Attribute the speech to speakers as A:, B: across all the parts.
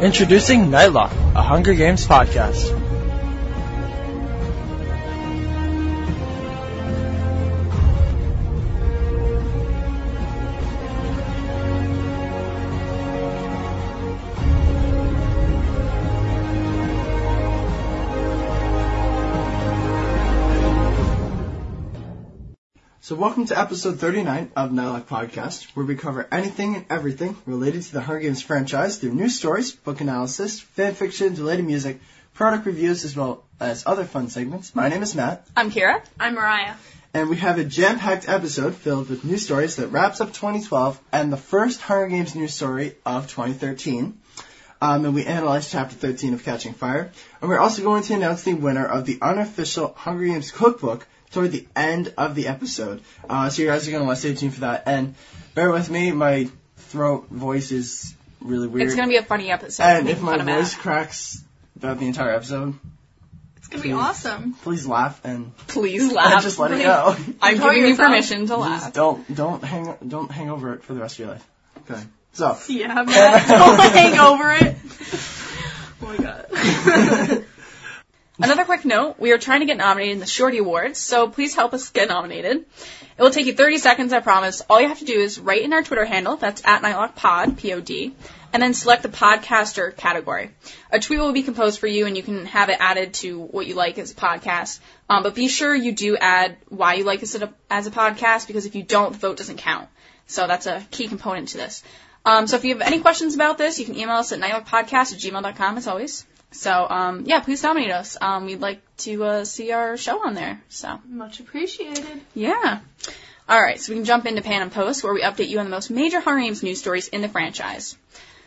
A: Introducing Nightlock, a Hunger Games podcast. So welcome to episode 39 of Nightlock Podcast, where we cover anything and everything related to the Hunger Games franchise through news stories, book analysis, fan fiction, related music, product reviews, as well as other fun segments. My name is Matt,
B: I'm Kira.
C: I'm Mariah.
A: and we have a jam-packed episode filled with news stories that wraps up 2012 and the first Hunger Games news story of 2013. Um, and we analyzed chapter 13 of Catching Fire. And we're also going to announce the winner of the unofficial Hunger Games cookbook toward the end of the episode. Uh, so you guys are going to want to stay tuned for that. And bear with me, my throat voice is really weird.
B: It's gonna be a funny episode.
A: and if
B: Make
A: my
B: fun of Matt.
A: voice cracks throughout the entire episode,
C: It's gonna be
A: Please.
C: awesome.
A: please laugh and
B: please laugh.
A: just let it
C: please.
A: go.
B: I'm
C: Enjoy
B: giving you
C: yourself.
B: permission to
A: Just
B: laugh.
A: don't don't hang don't hang over it for the rest of your life. Okay. So
C: Yeah, Matt. Don't hang over it. Oh my god.
B: Another quick note: we are trying to get nominated in the Shorty Awards, so please help us get nominated. It will take you 30 seconds, I promise. All you have to do is write in our Twitter handle, that's at NightlockPod, P-O-D, and then select the podcaster category. A tweet will be composed for you, and you can have it added to what you like as a podcast. Um, but be sure you do add why you like us as a, as a podcast, because if you don't, the vote doesn't count. So that's a key component to this. Um, so if you have any questions about this, you can email us at nightlockpodcast at gmail.com, as always. So, um, yeah, please nominate us. Um, we'd like to uh, see our show on there. So,
C: Much appreciated.
B: yeah. All right, so we can jump into Pan and Post, where we update you on the most major Hunger Games news stories in the franchise.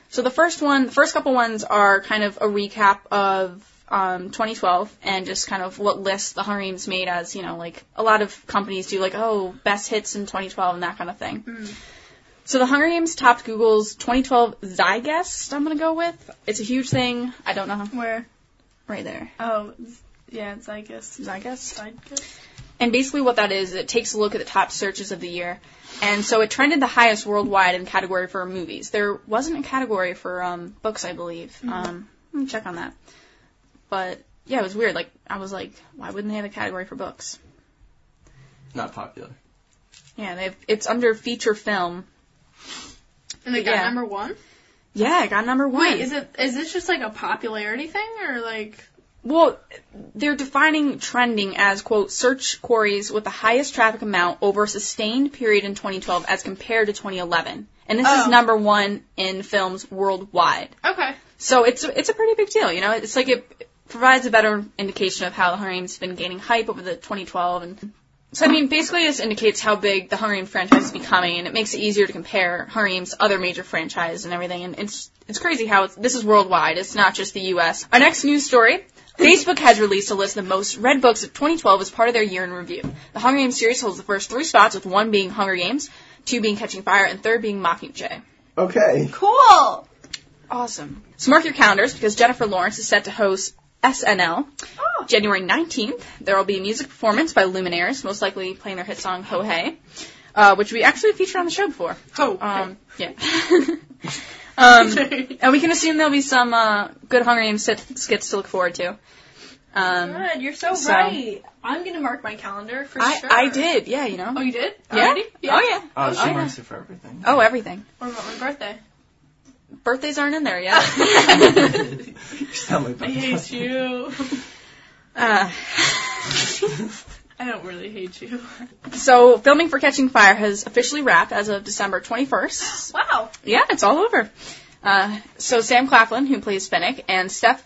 B: So the first one, the first couple ones are kind of a recap of um, 2012 and just kind of what lists the Hunger Games made as, you know, like a lot of companies do, like oh, best hits in 2012 and that kind of thing.
C: Mm.
B: So the Hunger Games topped Google's 2012 Zygest. I'm gonna go with. It's a huge thing. I don't know.
C: Where?
B: Right there,
C: Oh, z- yeah, it's I guess.
B: Zygest.
C: I guess.
B: And basically what that is, it takes a look at the top searches of the year. And so it trended the highest worldwide in the category for movies. There wasn't a category for um, books, I believe.
C: Mm-hmm.
B: Um, let me check on that. But yeah, it was weird. Like I was like, why wouldn't they have a category for books?
A: not popular.
B: Yeah, they've, it's under feature film.
C: And they got
B: Yeah.
C: number one.
B: Yeah, it got number one.
C: Wait, is it? Is this just like a popularity thing, or like?
B: Well, they're defining trending as, quote, search queries with the highest traffic amount over a sustained period in 2012 as compared to 2011. And this is
C: Oh.
B: number one in films worldwide.
C: Okay.
B: So it's it's a pretty big deal, you know. It's like it provides a better indication of how the Hunger Games has been gaining hype over the 2012, and so I mean, basically, this indicates how big the Hunger Games franchise is becoming, and it makes it easier to compare Hunger Games to other major franchises and everything. And it's it's crazy how it's, this is worldwide. It's not just the U.S. Our next news story. Facebook has released a list of the most read books of 2012 as part of their year in review. The Hunger Games series holds the first three spots, with one being Hunger Games, two being Catching Fire, and third being Mockingjay.
A: Okay.
C: Cool.
B: Awesome. So mark your calendars because Jennifer Lawrence is set to host SNL
C: Oh.
B: January 19th. There will be a music performance by Luminaires, most likely playing their hit song Ho Hey, uh, which we actually featured on the show before.
C: Oh.
B: Um, yeah. um, and we can assume there'll be some uh, good Hunger Games sit- skits to look forward to. Um,
C: Good. You're so,
B: so-
C: right. I'm gonna mark my calendar for
B: I,
C: sure.
B: I did, yeah, you know.
C: Oh, you did?
B: yeah.
C: Already?
B: Oh yeah.
A: Oh, she
B: yeah.
A: marks it for everything.
B: Oh, everything.
C: What about my birthday?
B: Birthdays aren't in there yet.
A: You sound like
C: I hate you.
B: uh,
C: I don't really hate you.
B: So filming for Catching Fire has officially wrapped as of December 21st.
C: Wow.
B: yeah, it's all over. Uh, so Sam Claflin, who plays Finnick, and Steph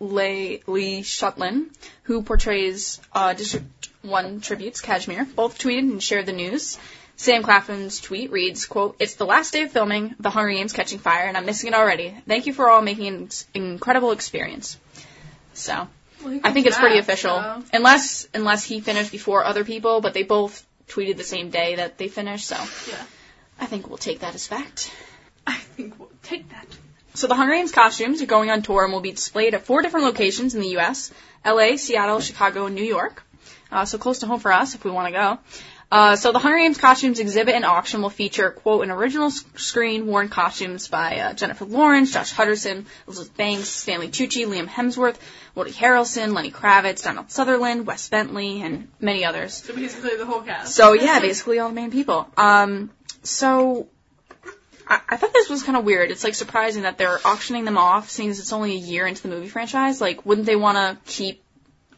B: Le- Lee Shutlin, who portrays uh, District 1 Tribute's Kashmir, both tweeted and shared the news. Sam Claflin's tweet reads, quote, It's the last day of filming, The Hunger Games Catching Fire, and I'm missing it already. Thank you for all making an incredible experience. So,
C: Well, he
B: I think
C: comes
B: it's pretty
C: back,
B: official.
C: so-
B: Unless unless he finished before other people, but they both tweeted the same day that they finished, so
C: Yeah.
B: I think we'll take that as fact.
C: I think we'll take that.
B: So the Hunger Games costumes are going on tour and will be displayed at four different locations in the U.S. L.A., Seattle, Chicago, and New York. Uh, so close to home for us if we want to go. Uh, so the Hunger Games costumes exhibit and auction will feature, quote, an original s- screen worn costumes by uh, Jennifer Lawrence, Josh Hutcherson, Elizabeth Banks, Stanley Tucci, Liam Hemsworth, Woody Harrelson, Lenny Kravitz, Donald Sutherland, Wes Bentley, and many others.
C: So basically the whole cast.
B: So yeah, basically all the main people. Um, so I, I thought this was kind of weird. It's like surprising that they're auctioning them off, seeing as it's only a year into the movie franchise. Like, wouldn't they want to keep,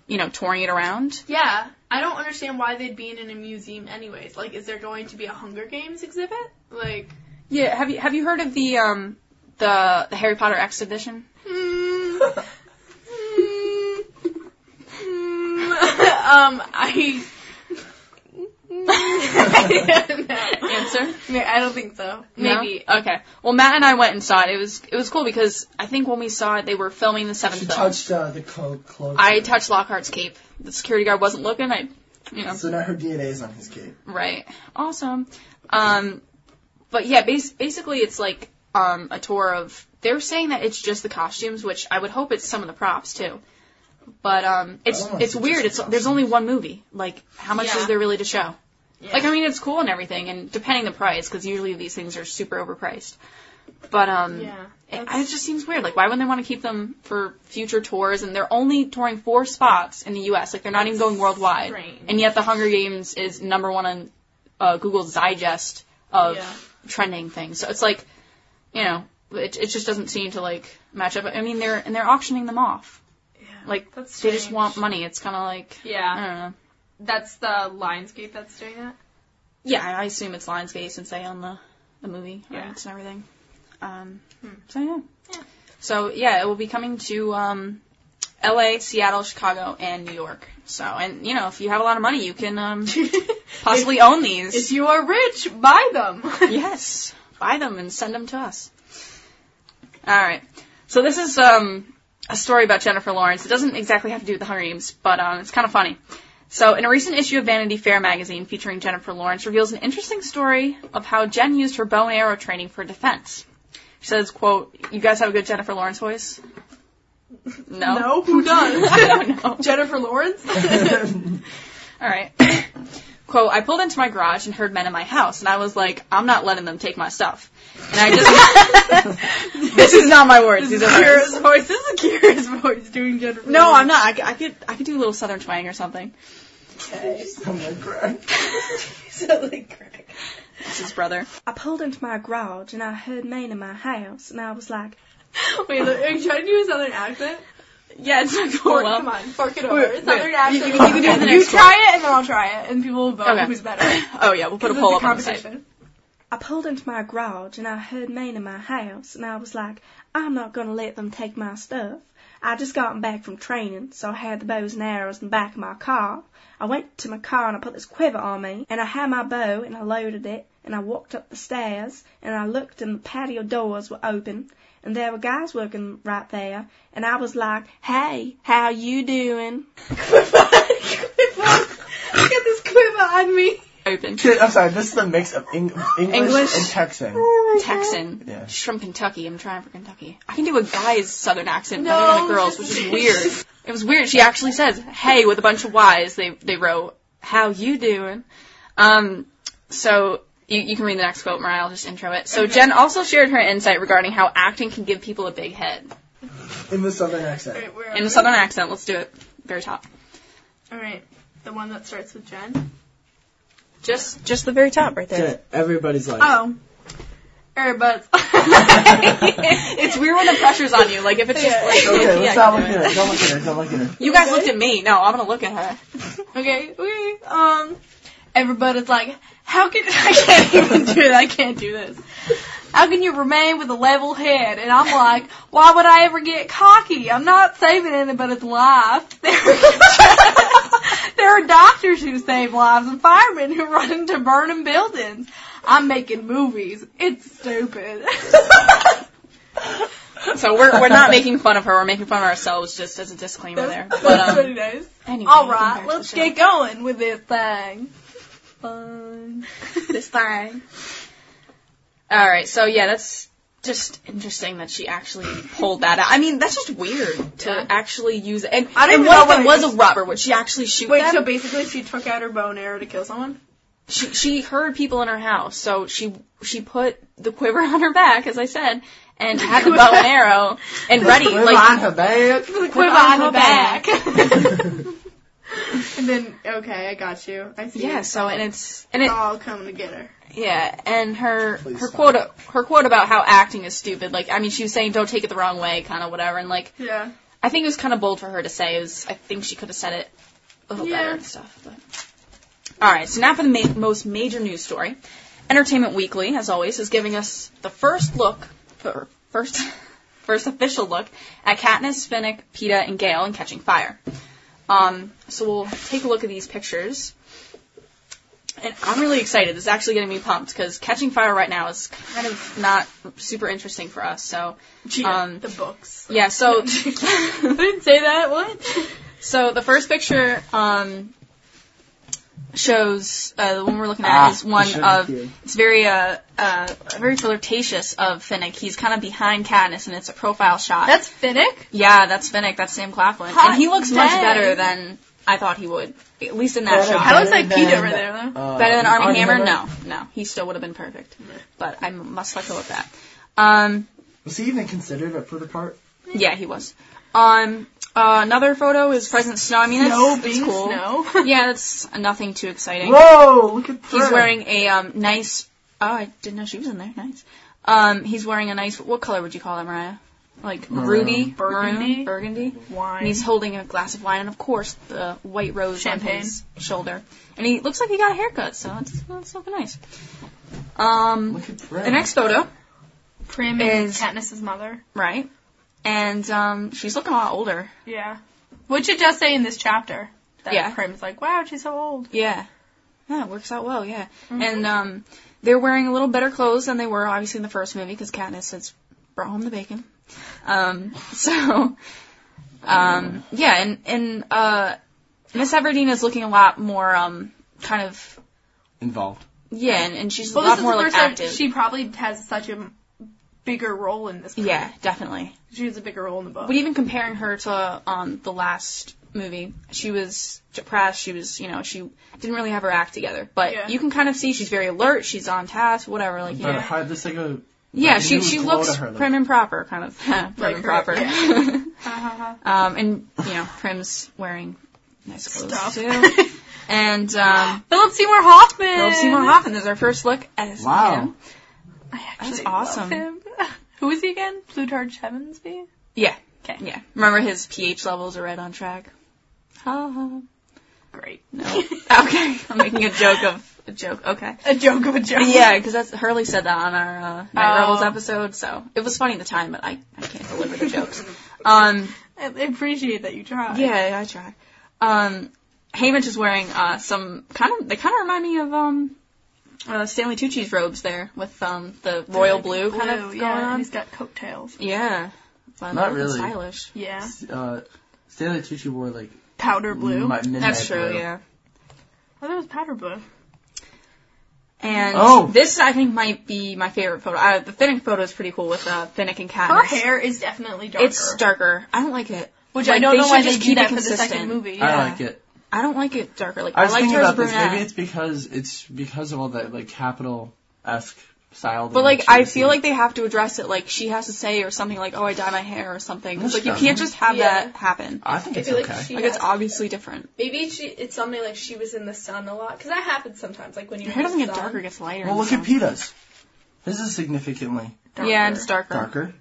B: you know, touring it around?
C: Yeah, I don't understand why they'd be in a museum anyways. Like, is there going to be a Hunger Games exhibit? Like,
B: Yeah. Have you have you heard of the um the, the Harry Potter exhibition?
C: hmm, hmm, hmm. um, I. I don't know.
B: Answer?
C: Ma- I don't think so. Maybe.
B: Maybe. Okay. Well, Matt and I went and saw it. It was it was cool because I think when we saw it, they were filming the seventh
A: She
B: film.
A: touched uh, the cloak. cloak
B: I touched Lockhart's cape. The security guard wasn't looking. I, you know,
A: So now her DNA is on his cape.
B: Right. Awesome. Um, but yeah, bas- basically it's like um, a tour of. They're saying that it's just the costumes, which I would hope it's some of the props too. But um,
A: I
B: it's
A: don't know if
B: it's
A: it's
B: weird. It's
A: just
B: there's only one movie. Like, how much
C: Yeah.
B: is there really to show?
C: Yeah.
B: Like, I mean, it's cool and everything, and depending the price, because usually these things are super overpriced. But um,
C: yeah.
B: it,
C: That's-
B: it just seems weird. Like, why wouldn't they want to keep them for future tours? And they're only touring four spots in the U.S. Like, they're not even going worldwide.
C: Strange.
B: And yet, The Hunger Games is number one on uh, Google's digest of
C: Yeah.
B: trending things. So it's like, you know, it, it just doesn't seem to like match up. I mean, they're and they're auctioning them off.
C: Yeah.
B: Like,
C: that's
B: They just
C: strange.
B: want money. It's kind of like, I
C: Yeah,
B: don't know.
C: that's the Lionsgate that's doing that.
B: Yeah, I assume it's Lionsgate since they own the the movie
C: Yeah.
B: rights and everything. Um,
C: Hmm.
B: So yeah.
C: Yeah.
B: So yeah, it will be coming to um, L.A., Seattle, Chicago, and New York. So and you know, if you have a lot of money, you can um, possibly own
C: If, if
B: these.
C: you are rich, buy them.
B: yes, buy them and send them to us. All right. So this is um, a story about Jennifer Lawrence. It doesn't exactly have to do with the Hunger Games, but um, it's kind of funny. So, in a recent issue of Vanity Fair magazine featuring Jennifer Lawrence reveals an interesting story of how Jen used her bow and arrow training for defense. She says, quote, you guys have a good Jennifer Lawrence voice? No.
C: No, who does?
B: I don't know.
C: Jennifer Lawrence.
B: All right. Quote, I pulled into my garage and heard men in my house, and I was like, I'm not letting them take my stuff. And I just, this is not my words. These
C: This
B: are
C: is
B: hers.
C: Kira's voice. This is Kira's voice doing Jennifer.
B: No, I'm not. I, c- I could, I could do a little southern twang or something.
A: I'm like, "Greg."
B: It's his brother.
D: I pulled into my garage and I heard men in my house and I was like,
C: Wait, look, are you trying to do a southern accent?
B: Yeah, it's not
C: Fork,
B: going well.
C: Oh, come on, fork it over.
B: Wait, wait.
C: southern accent.
B: You- you can do it the
C: You
B: next
C: try it, and then I'll try it, and people will vote
B: Okay.
C: who's better.
B: Oh yeah, we'll put a poll up on the site.
D: I pulled into my garage and I heard men in my house and I was like, I'm not gonna let them take my stuff. I just gotten back from training, so I had the bows and arrows in the back of my car. I went to my car and I put this quiver on me and I had my bow and I loaded it and I walked up the stairs and I looked and the patio doors were open and there were guys working right there and I was like, hey, how you doing?
C: Quiver, quiver. I got this quiver on me.
B: Open.
A: Shit, I'm sorry. This is the mix of Eng- English,
B: English.
A: and Texan.
B: Texan.
A: Yeah.
B: She's from Kentucky. I'm trying for Kentucky. I can do a guy's southern accent
C: No,
B: better than a girl's, which
C: this
B: is
C: is-
B: weird. It was weird. She actually says, "Hey," with a bunch of Y's. They they wrote, "How you doing?" Um, so you, you can read the next quote, Mariah. I'll just intro it. So
C: Okay.
B: Jen also shared her insight regarding how acting can give people a big head.
A: In the southern accent.
C: Alright, where
B: In
C: are
B: a
C: we?
B: southern accent, let's do it. Very top.
C: Alright, the one that starts with Jen.
B: Just just the very top right
A: Yeah, everybody's like,
C: Oh. Airbuds.
B: it's weird when the pressure's on you. Like if it's just
C: Yeah.
B: like
A: okay,
B: yeah,
A: let's not
B: I
A: look
B: can do
A: at
B: it.
A: her. Don't look at her. Don't look at her.
B: You guys looked at me. No, I'm gonna look at her.
C: okay, okay. Um, everybody's like, how can I can't even do it? I can't do this. How can you remain with a level head? And I'm like, why would I ever get cocky? I'm not saving anybody's life. There are, there are doctors who save lives and firemen who run into burning buildings. I'm making movies. It's stupid.
B: So we're we're not making fun of her. We're making fun of ourselves just as a disclaimer there. But
C: That's
B: um,
C: pretty nice.
B: anyway,
C: All
B: back
C: right,
B: to
C: let's
B: the
C: get going with this thing. Fun.
B: this thing. All right. So yeah, that's just interesting that she actually pulled that out. I mean, that's just weird to
C: Yeah.
B: actually use. And
C: I don't
B: and
C: even
B: what
C: know
B: if it
C: what
B: was
C: it
B: a robber? Would she actually shoot
C: Wait,
B: them?
C: so basically she took out her bow and arrow to kill someone?
B: she she heard people in her house, so she she put the quiver on her back, as I said, and had the bow and arrow and ready.
A: Live
B: Like
A: on her back.
C: Quiver on her back.
D: And then, okay, I got you. I see.
B: yeah, so and it's and it
D: all coming to get her.
B: yeah, and her
A: Please
B: her
A: stop.
B: quote her quote about how acting is stupid. Like I mean, she was saying don't take it the wrong way, kind of whatever, and like
D: Yeah.
B: I think it was kind of bold for her to say. It was, I think she could have said it a little better
D: Yeah.
B: and stuff. But. All right, so now for the ma- most major news story. Entertainment Weekly, as always, is giving us the first look, or first, first official look at Katniss, Finnick, Peta, and Gale in Catching Fire. Um, so we'll take a look at these pictures. And I'm really excited. This is actually getting me pumped because Catching Fire right now is kind of not super interesting for us. So Um,
D: the books.
B: yeah, so I didn't say that. What? So the first picture um, shows uh, the one we're looking at
A: Ah,
B: is one
A: I shouldn't
B: of
A: do.
B: it's very uh, uh, very flirtatious of Finnick. He's kind of behind Katniss, and it's a profile shot.
C: That's Finnick.
B: yeah, that's Finnick. That's Sam Claflin,
C: Hot
B: and he looks much
C: dang.
B: better than I thought he would, at least in that
A: Better
B: shot.
A: than-
C: I looks like Pete over there, though.
A: uh,
B: Better than Army
A: Armie
B: Hammer? No, no, he still would have been perfect. But I must let go of that. Um,
A: Was he even considered up for the part?
B: yeah, he was. Um, uh, another photo is President Snow. I mean, that's, that's cool.
C: snow.
B: Yeah, that's nothing too exciting.
A: Whoa! Look at
B: He's
A: her.
B: wearing a um, nice. Oh, I didn't know she was in there. Nice. Um, he's wearing a nice. What color would you call it, Mariah? Like
A: Maroon.
B: ruby,
C: Burgundy.
B: maroon, burgundy.
C: Wine.
B: And he's holding a glass of wine, and of course the white rose on
C: Champagne.
B: his shoulder. And he looks like he got a haircut, so that's, that's looking nice. Um,
A: Look at her.
B: the next photo,
C: Prim
B: is-
C: Katniss's mother.
B: right? And um, she's looking a lot older.
C: Yeah. Which it does say in this chapter. That
B: Yeah.
C: Prim's like, wow, she's so old.
B: Yeah. Yeah, it works out well, yeah.
C: Mm-hmm.
B: And um they're wearing a little better clothes than they were obviously in the first movie because Katniss has brought home the bacon. Um so um yeah, and and uh Miss Everdeen is looking a lot more um kind of
A: involved.
B: yeah, and, and she's
C: Well,
B: a lot
C: this is
B: more
C: the
B: like
C: first time
B: active.
C: she probably has such a m- bigger role in this. movie.
B: yeah, definitely.
C: She has a bigger role in the book.
B: But even comparing her to um, the last movie, she was depressed. She was, you know, she didn't really have her act together. But
C: Yeah.
B: you can kind of see she's very alert. She's on task. Whatever, like you
A: But
B: know.
A: how this like a
B: Yeah,
A: Like,
B: she
A: you
B: she
A: would blow
B: looks
A: to her, like-
B: prim and proper, kind of prim and
C: Like her,
B: proper.
C: yeah. Ha, ha, ha.
B: um, and you know, Prim's wearing nice clothes
C: Stuff.
B: too. And um,
C: Philip Seymour Hoffman.
B: Philip Seymour Hoffman is our first look at him.
A: Wow.
C: I actually
B: That's awesome.
C: awesome. Who is he again? Plutarch Heavensby.
B: Yeah.
C: 'Kay.
B: Yeah. Remember his pH levels are right on track. Ha ha.
C: Great.
B: No. okay. I'm making a joke of a joke. Okay.
C: A joke of a joke.
B: Yeah, because that's Hurley said that on our uh, Night
C: Oh.
B: Rebels episode, so it was funny at the time, but I, I can't deliver the jokes. Um,
C: I I appreciate that you tried.
B: Yeah, I try. Um, Haymitch is wearing uh, some kind of. They kind of remind me of um, uh, Stanley Tucci's robes there with um, the royal blue, kind of going
C: yeah, and
B: on.
C: He's got coattails.
B: Yeah, but
A: Not
B: looking
A: really.
B: stylish.
C: Yeah.
A: Uh, Stanley Tucci wore like
C: Powder blue.
A: mi- midnight
B: That's true.
A: blue.
B: Yeah.
C: Oh, that was powder blue.
B: And
A: Oh.
B: this, I think, might be my favorite photo. Uh, the Finnick photo is pretty cool with uh, Finnick and Katniss.
C: Her hair is definitely darker.
B: It's darker. I don't like it.
C: which
B: like,
C: I don't
B: they
C: know
B: should
C: why
B: just
C: they do
B: keep it
C: that for the second
B: consistent.
C: movie.
A: I
B: Yeah.
A: like it.
B: I don't like it darker. Like
A: I
B: I,
A: was
B: liked
A: thinking
B: her as
A: about this.
B: brunette.
A: Maybe it's because it's because of all that like capital esque style. that
B: But
A: she
B: like, I
A: was
B: feel
A: in.
B: like they have to address it. Like she has to say or something like, "Oh, I dye my hair" or something. 'Cause,
A: No,
B: like
A: she
B: you can't
A: doesn't.
B: just have
D: Yeah.
B: that happen.
A: I think
D: I
A: it's
D: feel like
A: okay.
D: she-
B: Like it's
D: Yeah.
B: obviously different.
D: Maybe she, it's something like she was in the sun a lot. Because that happens sometimes, like when you're
B: Your hair
D: in
B: doesn't
D: the
B: get
D: sun.
B: darker; it gets lighter.
A: well,
B: and
A: look at
B: stuff.
A: Peta's. His is significantly
B: Yeah, and it's darker.
A: darker.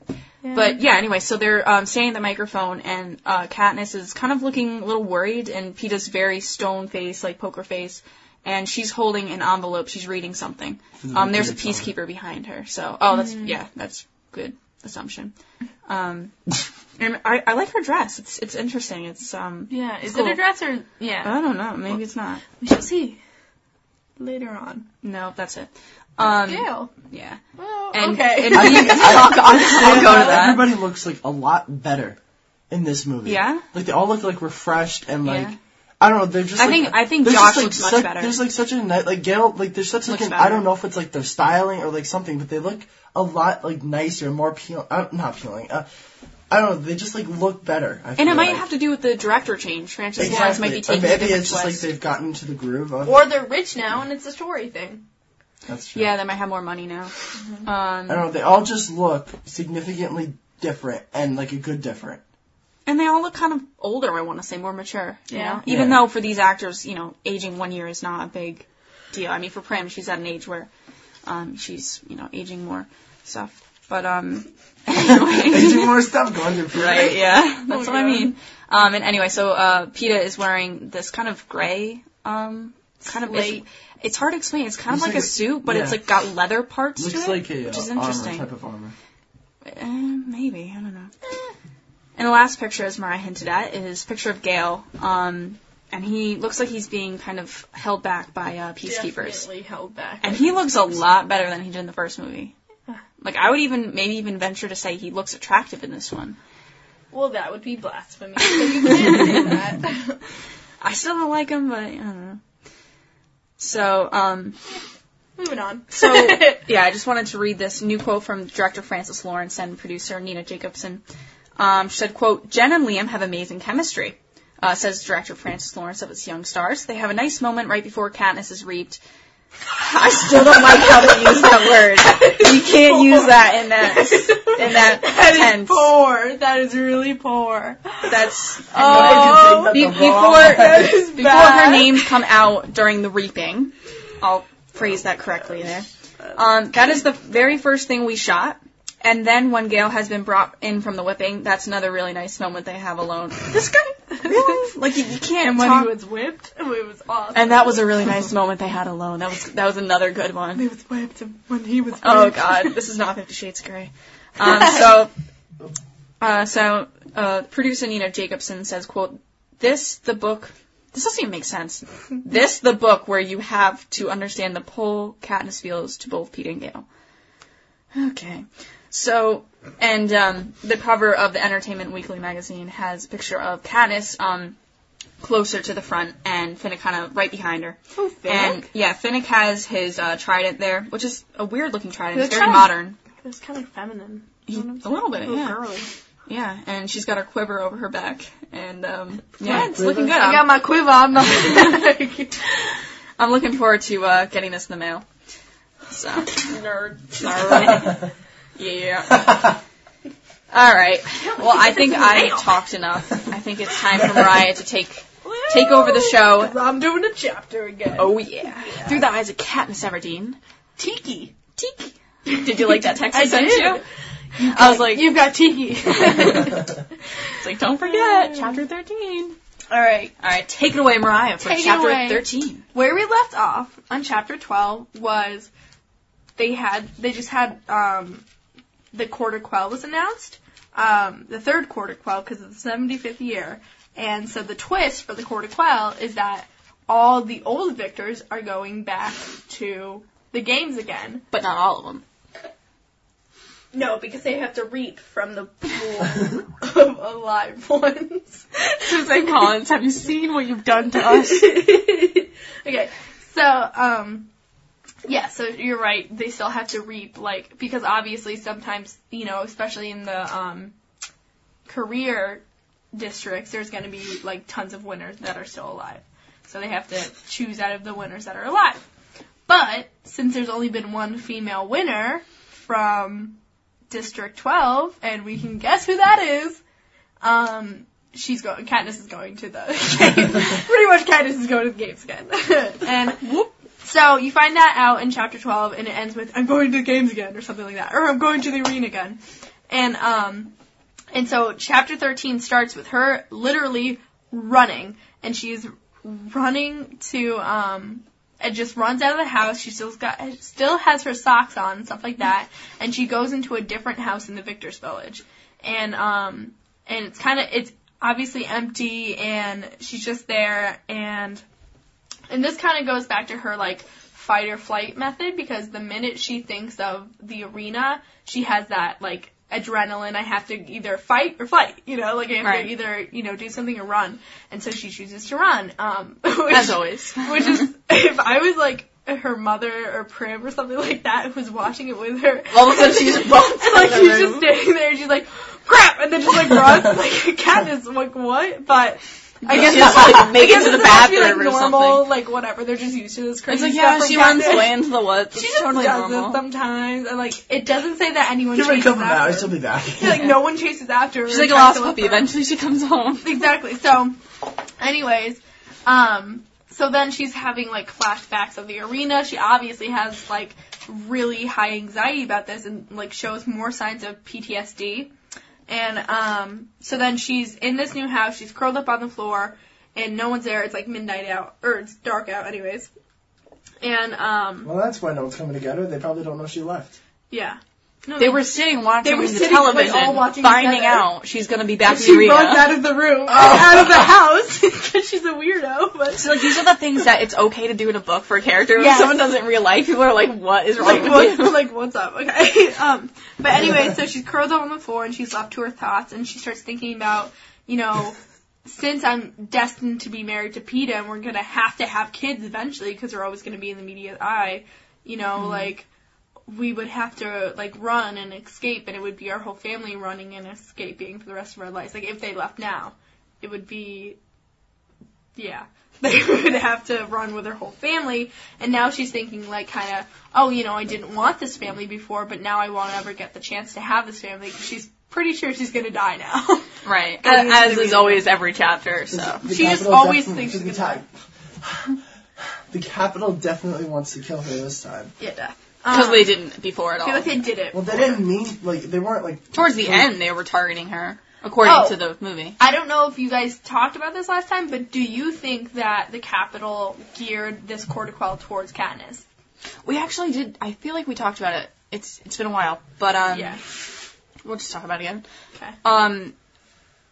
C: Yeah.
B: But yeah, anyway, so they're um, standing at the microphone, and uh, Katniss is kind of looking a little worried, and Peta's very stone face, like poker face, and she's holding an envelope. She's reading something.
A: This is
B: Um,
A: like
B: there's a
A: Peter's song.
B: peacekeeper behind her. So, oh, that's yeah, that's good assumption. Um, and I, I like her dress. It's it's interesting. It's um,
C: yeah, is
B: Cool.
C: it a dress or yeah?
B: I don't know. Maybe it's not.
C: we shall see later on.
B: No, that's it. Um,
C: Gail.
B: yeah.
C: Well,
B: And,
C: okay.
B: and
A: I think
B: I'll, I'll, I'll
A: And
B: go to that.
A: Everybody looks like a lot better in this movie.
B: Yeah?
A: Like they all look like refreshed and like
B: Yeah.
A: I don't know. They're just.
B: I
A: like,
B: think- I think
A: there's
B: Josh
A: just, like,
B: looks much
A: such-
B: better.
A: There's like such a nice like Gail like there's such like
B: Looks
A: an,
B: better.
A: I don't know if it's like their styling or like something, but they look a lot like nicer, more appealing. Uh, not appealing. Uh, I don't know. They just like look better. I
B: And
A: feel
B: it might
A: like.
B: have to do with the director change. Francis Lawrence
A: exactly.
B: might be
A: Or
B: taking a
A: maybe
B: different
A: it's just like
B: twist.
A: they've gotten into the groove of.
C: Or they're rich now and it's a story thing.
A: That's true.
B: yeah, they might have more money now.
A: I
B: Um,
A: don't know. They all just look significantly different and like a good different.
B: and they all look kind of older. I want to say more mature. You
C: Yeah.
B: know? even
A: Yeah.
B: though for these actors, you know, aging one year is not a big deal. I mean, for Prim, she's at an age where um, she's you know aging more stuff. But um, anyway.
A: They do more stuff going through.
B: Right, yeah. That's
C: Oh,
B: what I
C: yeah.
B: mean. Um, and anyway, so uh, PETA is wearing this kind of gray, um, kind of it's,
C: Slate.
B: it's hard to explain. It's kind of
A: Looks
B: like,
A: like
B: a
A: a-
B: suit, but it's
A: yeah.
B: like got leather parts to
A: Looks
B: it,
A: like a
B: which
A: uh,
B: is
A: armor
B: interesting.
A: type of armor.
B: Uh, maybe I don't know. And the last picture, as Mariah hinted at, is a picture of Gale. Um, and he looks like he's being kind of held back by uh, peacekeepers.
C: Definitely held back.
B: And he looks a lot better than he did in the first movie. Like I would even maybe even venture to say he looks attractive in this one.
C: Well, that would be blasphemy. So you can't say that.
B: I still don't like him, but I don't know. So, um,
C: Moving on.
B: so yeah, I just wanted to read this new quote from director Francis Lawrence and producer Nina Jacobson. Um, she said, "quote Jen and Liam have amazing chemistry," uh, says director Francis Lawrence of its young stars. They have a nice moment right before Katniss is reaped. I still don't like how they use that word. You can't use that in that in that
C: That is
B: tense.
C: poor. That is really poor.
B: That's
C: Oh,
A: Nobody
B: Be-
A: can take that the wrong
B: before
A: way.
C: is
B: before her
C: bad.
B: names come out during the reaping. I'll phrase that correctly there. Um, that is the very first thing we shot. And then when Gail has been brought in from the whipping, that's another really nice moment they have alone. This guy, really? like you, you can't
C: And when
B: talk.
C: he was whipped, it was awesome.
B: and that was a really nice moment they had alone. That was that was another good one.
C: he was whipped and when he was.
B: Oh
D: Um,
C: whipped.
B: God, this is not Fifty Shades of Grey. Um, so, uh, so uh, producer Nina Jacobson says, "quote This the book. This doesn't even make sense. This the book where you have to understand the pull Katniss feels to both Pete and Gale." Okay, so and um, the cover of the Entertainment Weekly magazine has a picture of Katniss um, closer to the front and Finnick kind of right behind her.
C: So thick.
B: And yeah, Finnick has his uh, trident there, which is a weird looking trident.
C: The
B: It's very
C: trident.
B: modern.
C: it was kind of feminine.
B: He- a little bit,
C: A little
B: yeah.
C: girly.
B: Yeah, and she's got her quiver over her back, and um, yeah,
A: Right.
B: it's looking good.
C: I got
B: I'm,
C: my quiver. I'm not.
B: I'm looking forward to uh, getting this in the mail. So,
C: Nerd.
B: sorry. yeah. All right. Well, I think I talked enough. I think it's time for Mariah to take take over the show.
C: I'm doing a chapter again.
B: Oh yeah, through the eyes of Katniss Everdeen.
C: Tiki.
B: Tiki. Did you like that text I,
C: I
B: sent
C: did.
B: you? I was like,
C: You've got Tiki.
B: It's like, don't forget, chapter 13.
C: All right.
B: Mm. All right, take it away, Mariah, for
C: Take it
B: chapter
C: away.
B: 13.
C: where we left off on chapter 12 was they had they just had um the quarter quell was announced um the third quarter quell because of the 75th year and so the twist for the quarter quell is that all the old victors are going back to the games again
B: But not all of them.
C: no because they have to reap from the pool of alive ones
B: Susan Collins, have you seen what you've done to us?
C: okay, so um, yeah, so you're right. They still have to reap like because obviously sometimes you know, especially in the um, career districts, there's going to be like tons of winners that are still alive. So they have to choose out of the winners that are alive. But since there's only been one female winner from District 12, and we can guess who that is, um, she's going. Katniss is going to the games. Pretty much, Katniss is going to the games again. and so you find that out in chapter 12, and it ends with "I'm going to the games again" or something like that, or "I'm going to the arena again," and um, and so chapter 13 starts with her literally running, and she's running to um. And just runs out of the house. She still got, still has her socks on and stuff like that. And she goes into a different house in the Victor's Village. And um, and it's kind of it's obviously empty and she's just there and and this kind of goes back to her like fight or flight method because the minute she thinks of the arena she has that like adrenaline i have to either fight or flight you know like i have
B: Right.
C: to either you know do something or run and so she chooses to run um which,
B: As always.
C: which is if i was like her mother or Prim or something like that was watching it with her.
B: All of a sudden she just bumps
C: and like
B: out of the
C: she's just
B: room.
C: standing there and she's like, crap, and then just like runs like Katniss like what? But I guess
B: She has to, like, make
C: I guess
B: it to the
C: this has be, like,
B: bathroom or
C: normal,
B: something.
C: Like whatever, they're just used to this
B: It's
C: crazy
B: like,
C: stuff
B: yeah,
C: from
B: she runs
C: Katniss.
B: away into the woods.
C: She
B: It's
C: just
B: totally
C: does
B: normal.
C: it sometimes, and like it doesn't say that anyone
A: Give her a
C: chases
A: couple of
C: after.
A: hours, she'll be back.
C: Yeah, like no one chases after her.
B: She's
C: or
B: like a
C: tries
B: lost
C: to
B: puppy.
C: look for her.
B: Eventually she comes home.
C: Exactly. So, anyways, um, so then she's having like flashbacks of the arena. She obviously has like really high anxiety about this and like shows more signs of PTSD. And um, so then she's in this new house. She's curled up on the floor, and no one's there. It's like midnight out, or it's dark out, anyways. And um,
A: Well, that's why no one's coming to get her. They probably don't know she left.
C: yeah, No,
B: They were sitting watching
C: They were
B: the
C: sitting, like, all
B: television,
C: watching
B: finding
C: together.
B: out she's gonna be back in the
C: She
B: arena.
C: runs out of the room, and out of the house, because she's a weirdo. But
B: So like these are the things that it's okay to do in a book for a character. When
C: Yes.
B: someone does it in real life, people are like, "What is wrong
C: like
B: with
C: what's,
B: you?"
C: like what's up? Okay. Um, but anyway, so she's curled up on the floor and she's left to her thoughts and she starts thinking about, you know, since I'm destined to be married to PETA and we're gonna have to have kids eventually because we're always gonna be in the media's eye, you know, like we would have to like run and escape and it would be our whole family running and escaping for the rest of our lives. Like if they left now, it would be, yeah. They would have to run with her whole family, and now she's thinking like kind of oh, you know, I didn't want this family before, but now I won't ever get the chance to have this family. She's pretty sure she's gonna die now.
B: right,
C: Going into
B: as
C: the
B: is
C: arena.
B: always every chapter. So
A: The
C: She just
A: Capitol
C: always
A: definitely-
C: thinks
A: the
C: she's gonna
A: Cap- The capital definitely wants to kill her this time.
C: yeah.
B: because they didn't before at
C: I feel
B: all.
C: like they Um, did it.
A: Well, they didn't mean like they weren't like
B: Towards the end, they were targeting her, according
C: Oh.
B: to the movie.
C: I don't know if you guys talked about this last time, but do you think that the Capitol geared this Cortiquel towards Katniss?
B: We actually did. I feel like we talked about it. It's it's been a while, but um,
C: yeah.
B: we'll just talk about it again.
C: Okay.
B: Um,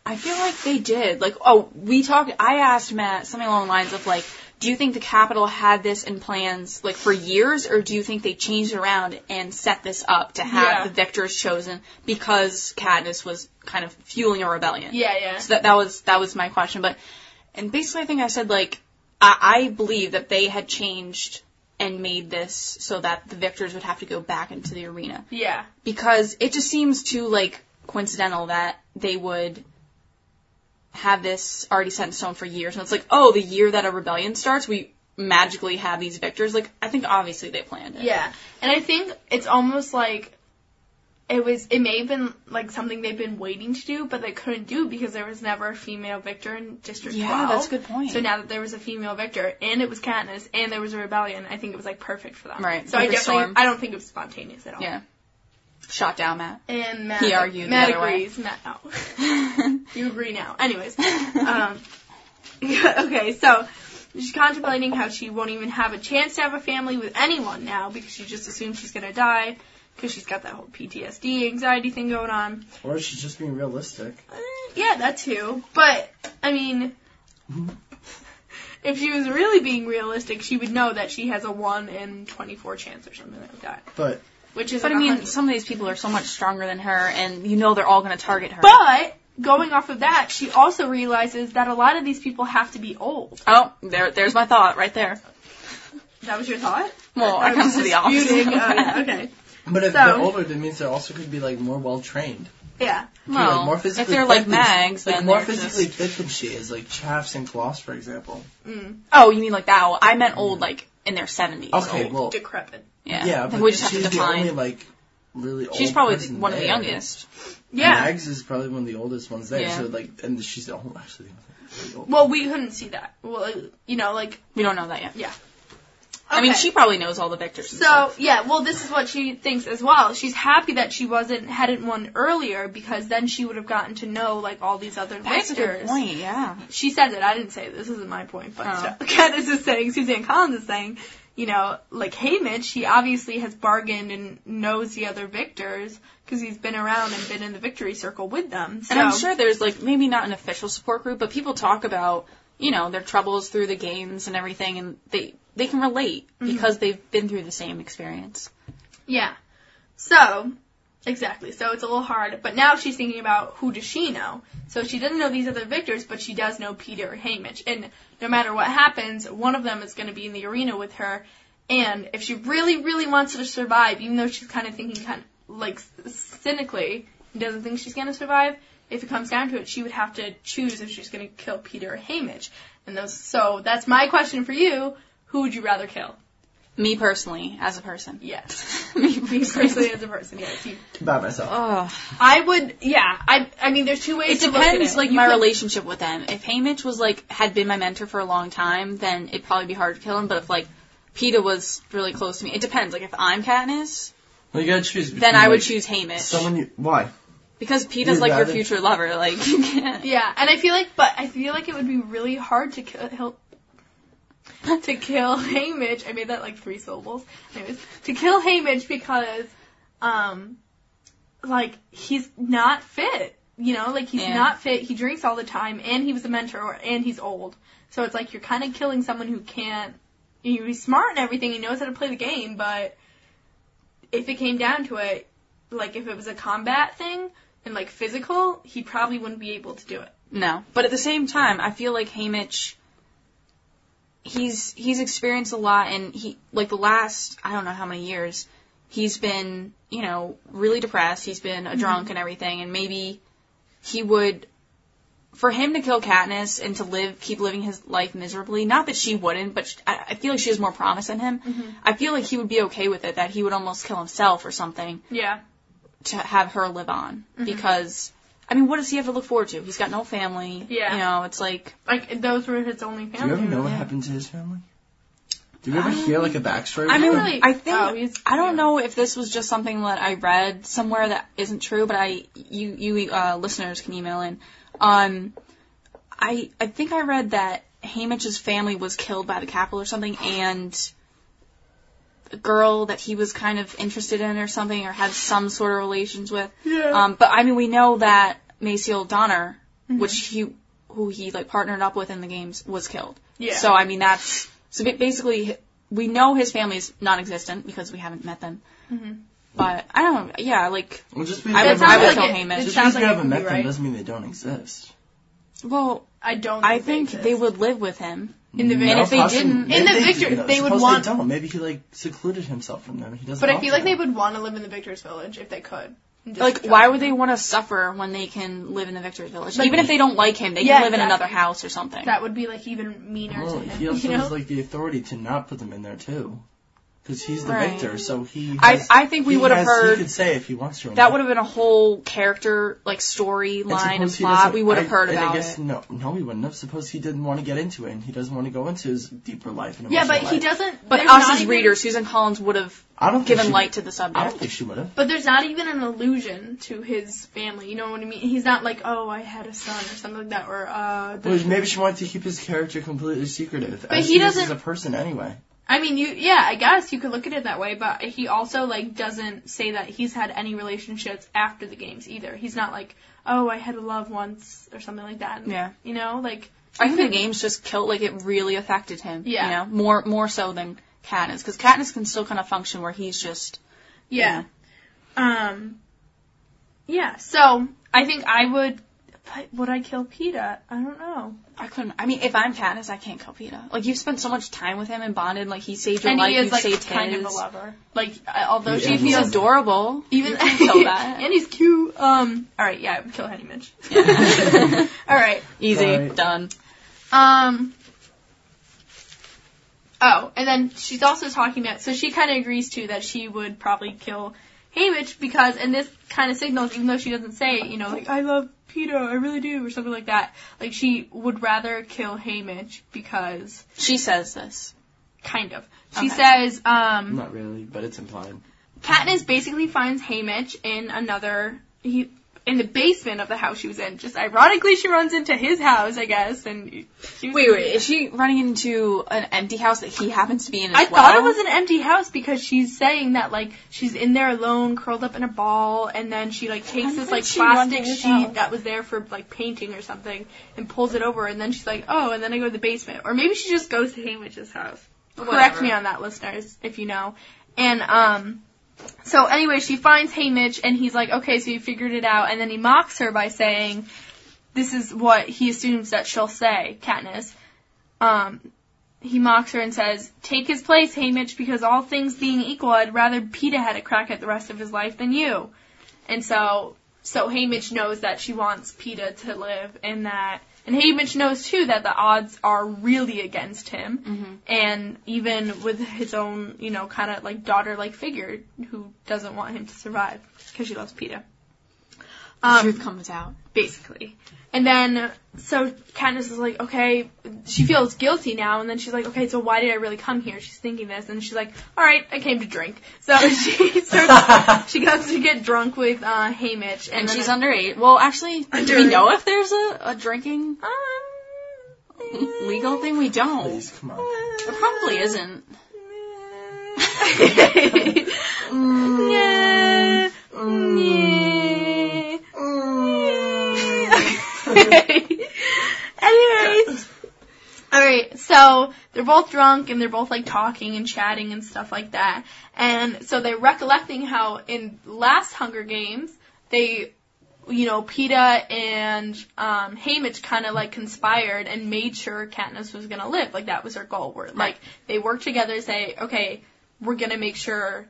B: I feel like they did. Like, oh, we talked. I asked Matt something along the lines of like, do you think the Capitol had this in plans like for years, or do you think they changed around and set this up to have
C: Yeah.
B: the victors chosen because Katniss was kind of fueling a rebellion?
C: Yeah, yeah.
B: So that that was that was my question. But and basically, I think I said like I, I believe that they had changed and made this so that the victors would have to go back into the arena
C: Yeah.
B: because it just seems too like coincidental that they would have this already set in stone for years and it's like oh the year that a rebellion starts we magically have these victors like i think obviously they planned it
C: Yeah. And I think it's almost like it was it may have been like something they've been waiting to do, but they couldn't do because there was never a female victor in District
B: Yeah,
C: 12.
B: that's a good point.
C: So now that there was a female victor and it was Katniss and there was a rebellion, I think it was like perfect for them.
B: Right,
C: So I
B: perfect
C: definitely
B: storm.
C: I don't think it was spontaneous at all.
B: yeah shot down matt
C: And Matt,
B: He argued the
C: Matt
B: other way.
C: agrees. Matt, no. you agree now. Anyways, um, okay, so she's contemplating how she won't even have a chance to have a family with anyone now because she just assumes she's gonna die because she's got that whole PTSD anxiety thing going on.
A: or she's just being realistic.
C: Uh, yeah, that too. But I mean, if she was really being realistic, she would know that she has a one in twenty-four chance or something like that,
A: But
C: which is.
B: but i
C: like
B: mean
C: 100.
B: some of these people are so much stronger than her and you know they're all going to target her
C: But going off of that, she also realizes that a lot of these people have to be old.
B: oh there there's my thought right there
C: That was your thought?
B: well i
C: was
B: come to the opposite
C: disputing- oh, yeah, okay.
A: but if
C: So-
A: they're older, that means they're also could be like more well trained.
C: Yeah.
B: well
A: like, more physically
B: if they're like
A: fit than-
B: mags
A: Like
B: then
A: more
B: they're just-
A: physically fit than she is, like Chaffs and Gloss, for example.
C: Mm.
B: Oh, you mean like that? old. I meant old, like in their seventies.
A: Okay,
B: old.
A: well,
C: Decrepit.
B: yeah,
A: Oh, yeah,
B: I
A: but
B: think we just have to
A: she's
B: define.
A: the only like really old.
B: she's probably the-
A: person
B: one of the
A: there.
B: youngest.
C: Yeah.
A: Mags is probably one of the oldest ones there.
B: Yeah.
A: So like, and she's the only actually. the only-
C: Well, we couldn't see that. Well, you know, like.
B: We don't know that yet. I
C: okay.
B: mean, she probably knows all the victors. and
C: So
B: stuff.
C: yeah, well, this is what she thinks as well. She's happy that she wasn't hadn't won earlier because then she would have gotten to know like all these other
B: that's a
C: victors.
B: good point. Yeah,
C: She says it. I didn't say it. This isn't my point. But
B: Oh.
C: still. Candace is saying, Suzanne Collins is saying, you know, like Haymitch, he obviously has bargained and knows the other victors because he's been around and been in the victory circle with them. So,
B: and I'm sure there's like maybe not an official support group, but people talk about you know their troubles through the games and everything, and they they can relate
A: Mm-hmm.
B: because they've been through the same experience.
C: Yeah. So, exactly. So it's a little hard. But now she's thinking about who does she know. So she doesn't know these other victors, but she does know Peter or Hamish. And no matter what happens, one of them is going to be in the arena with her. And if she really, really wants to survive, even though she's kind of thinking kind of, like cynically and doesn't think she's going to survive, if it comes down to it, she would have to choose if she's going to kill Peter or Hamish. And those, so that's my question for you. Who would you rather kill?
B: Me personally, as a person.
C: Yes.
B: Me
C: Me personally as a person, yes. You,
A: By myself.
B: Ugh.
C: I would, yeah. I, I mean, there's two
B: It
C: ways to look at
B: depends,
C: it.
B: like
C: You
B: my
C: could-
B: relationship with them. If Hamish was like had been my mentor for a long time, then it'd probably be hard to kill him. But if like Peter was really close to me, it depends. Like if I'm Katniss,
E: Well, you gotta choose.
B: then I would choose Hamish
A: Someone you why?
B: because Peter's
A: You'd
B: like your
A: rather-
B: future lover. Like you can't.
C: Yeah, and I feel like, but I feel like it would be really hard to kill. he'll- to kill Haymitch, I made that like three syllables. Anyways, to kill Haymitch because, um, like he's not fit. You know, like he's
B: Yeah.
C: not fit. He drinks all the time, and he was a mentor, and he's old. So it's like you're kind of killing someone who can't. you know, He's smart and everything. He knows how to play the game, but if it came down to it, like if it was a combat thing and like physical, he probably wouldn't be able to do it.
B: No, but at the same time, I feel like Hamish. He's he's experienced a lot, and he like the last I don't know how many years, he's been you know really depressed. He's been a drunk and everything, and maybe he would. For him to kill Katniss and to live, keep living his life miserably. Not that she wouldn't, but sh I, I feel like she has more promise in him. I feel like he would be okay with it. That he would almost kill himself or something
C: Yeah.
B: to have her live on
C: Mm-hmm.
B: because I mean, what does he have to look forward to? He's got no family.
C: Yeah.
B: You know, it's like
C: Like those were his only
A: Do you
C: family.
A: ever know what
C: members.
A: happened to his family? Do we ever hear like a backstory?
B: I
A: with
B: mean,
A: them?
C: really-
B: I think
C: oh, he's-
B: I don't
C: yeah.
B: know if this was just something that I read somewhere that isn't true, but I you you uh, listeners can email in. Um, I I think I read that Hamish's family was killed by the Capitol or something, and the girl that he was kind of interested in or something, or had some sort of relations with.
C: Yeah.
B: Um, but I mean, we know that Macy O'Donnell,
C: Mm-hmm.
B: which he, who he like partnered up with in the games, was killed.
C: Yeah.
B: So I mean, that's so ba- basically we know his family's non-existent because we haven't met them.
C: Mhm.
B: But I don't. Yeah, like
A: well, just because
B: I
A: you
B: would,
C: That sounds
B: I would
C: like
A: haven't-
B: kill
C: it-
B: Hamish.
C: it
A: just
C: sounds
A: because
C: like
A: you haven't
C: would
A: met
C: be
A: them
C: right.
A: doesn't mean they don't exist.
B: Well,
C: I don't.
B: I
C: think
B: think
C: exist.
B: they would live with him.
C: in the
A: No,
C: video.
B: And if they
A: possibly-
B: didn't-
A: maybe
C: in the
A: do,
C: Victor,
A: though.
C: they would
A: Suppose
C: want-
A: They don't. Maybe he like secluded himself from them. He doesn't.
C: but I
A: want
C: feel like they
A: them.
C: would want to live in the Victor's Village if they could. And just
B: Like,
C: enjoy
B: why
C: it.
B: would they want to suffer when they can live in the Victor's Village?
C: Like-
B: Even if they don't like him, they
C: Yeah,
B: can live in
C: exactly.
B: another house or something.
C: That would be like even meaner
A: Well,
C: to him.
A: he also
C: you know?
A: has like the authority to not put them in there too, because he's the
B: Right.
A: victor. So he.
B: I
A: has-
B: I think we
A: he
B: would have
A: has-
B: heard
A: He could say if he wants to. or
B: That
A: not.
B: would have been a whole character, like storyline and
A: suppose he
B: plot.
A: doesn't-
B: We would have
A: I-
B: heard
A: and
B: about
A: I guess
B: it.
A: no, no, he wouldn't have. Suppose he didn't want to get into it, and he doesn't want to go into his deeper life. And
C: yeah, but
A: emotional
C: he
A: life.
C: doesn't.
B: But
C: there's
B: us
C: not
B: as
C: even-
B: readers, Susan Collins would have
A: I don't think
B: given
A: she-
B: light to the
A: I don't
B: subject.
A: think she would have.
C: But there's not even an allusion to his family. You know what I mean? He's not like, oh, I had a son or something like that, or uh. the-
A: Well, maybe she wanted to keep his character completely secretive.
C: But
A: as
C: he
A: is
C: doesn't-
A: as a person anyway.
C: I mean, you, yeah, I guess you could look at it that way, but he also, like, doesn't say that he's had any relationships after the games either. He's not like, oh, I had a love once, or something like that.
B: Yeah.
C: You know, like,
B: I think the games just killed, like it really affected him.
C: Yeah.
B: You know, more more so than Katniss, because Katniss can still kind of function where he's just.
C: yeah. Um, yeah, so, I think I would, but would I kill PETA? I don't know.
B: I couldn't. I mean, if I'm Katniss, I can't kill Peter. Like you've spent so much time with him and bonded. Like he saved your
C: and
B: life.
C: he is,
B: you
C: like,
B: saved
C: kind
B: his.
C: of a lover. Like, I- although
A: Yeah,
C: she
A: he's
C: feels
B: He's adorable.
C: Even
B: you can kill that.
C: and he's cute. Um, alright, yeah, I would kill Henny Mitch. alright.
B: Easy
A: Right.
B: done.
C: Um. Oh, and then she's also talking about. So she kind of agrees too that she would probably kill Haymitch because, and this kind of signals, even though she doesn't say, it, you know, like I love Peter, I really do, or something like that. Like she would rather kill Haymitch because,
B: She says this.
C: kind of. She
B: Okay.
C: says, um,
A: Not really, but it's implied.
C: Katniss basically finds Haymitch in another he in the basement of the house she was in. Just ironically, she runs into his house, I guess, and she was
B: Wait, wait. Is she running into an empty house that he happens to be in? As
C: I thought it
B: well?
C: was an empty house because she's saying that like she's in there alone, curled up in a ball, and then she like takes this
D: did
C: like
D: she run
C: plastic
D: to his
C: sheet
D: house?
C: that was there for like painting or something and pulls it over, and then she's like, oh, and then I go to the basement, or maybe she just goes to Haymitch's house. Correct
B: Whatever.
C: me on that, listeners, if you know. And um, so anyway, she finds Haymitch, and he's like, okay, so you figured it out, and then he mocks her by saying, this is what he assumes that she'll say, Katniss. Um, he mocks her and says, Take his place, Hamish, because all things being equal, I'd rather Peeta had a crack at the rest of his life than you. And so, so Hamish knows that she wants Peeta to live and that, and Hamish knows too that the odds are really against him.
B: Mm-hmm.
C: And even with his own, you know, kind of like daughter-like figure who doesn't want him to survive because she loves Um, Peeta.
B: Truth comes out.
C: basically. And then, so Katniss is like, okay, she feels guilty now, and then she's like, okay, so why did I really come here? She's thinking this, and she's like, alright, I came to drink. So she starts, she goes to get drunk with, uh, Haymitch,
B: And,
C: and,
B: she's
C: then,
B: under eight. Well, actually, do we
C: Under-
B: know if there's a, a drinking
C: um,
B: legal thing? We don't.
A: Please, come on.
B: There probably isn't.
C: yeah, yeah. Okay. Anyways. Alright, so they're both drunk and they're both like talking and chatting and stuff like that. And so they're recollecting how in last Hunger Games, they, you know, PETA and um, Haymitch kind of like conspired and made sure Katniss was gonna live. Like that was their goal. Where like they worked together to say, okay, we're gonna make sure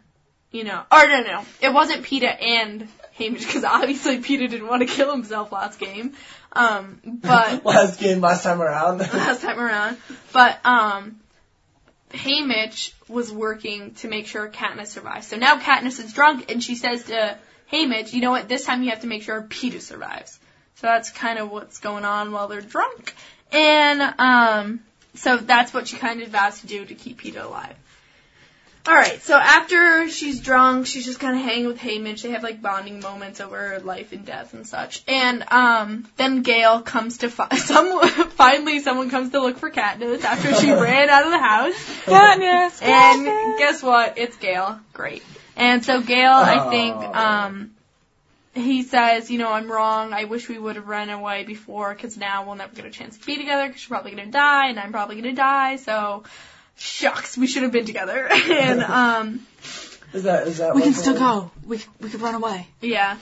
C: you know, or no, no, it wasn't Peta and Hamish because obviously Peta didn't want to kill himself last game, um, but
A: last game, last time around.
C: last time around, but um, Hamish was working to make sure Katniss survives. So now Katniss is drunk and she says to Hamish, "You know what? This time you have to make sure Peta survives." So that's kind of what's going on while they're drunk, and um, so that's what she kind of vows to do to keep Peta alive. Alright, so after she's drunk, she's just kind of hanging with Hamish. They have like bonding moments over life and death and such. And um, then Gail comes to fi- some finally someone comes to look for Katniss after she ran out of the house.
B: Katniss.
C: And guess what? It's Gail. Great. And so Gail, I think
A: Oh.
C: um, he says, you know, I'm wrong. I wish we would have run away before, because now we'll never get a chance to be together. Because you're probably gonna die, and I'm probably gonna die. So. Shucks, we should have been together. and um
A: Is that is that?
B: We can
A: local?
B: still go. We c- we could run away.
C: Yeah.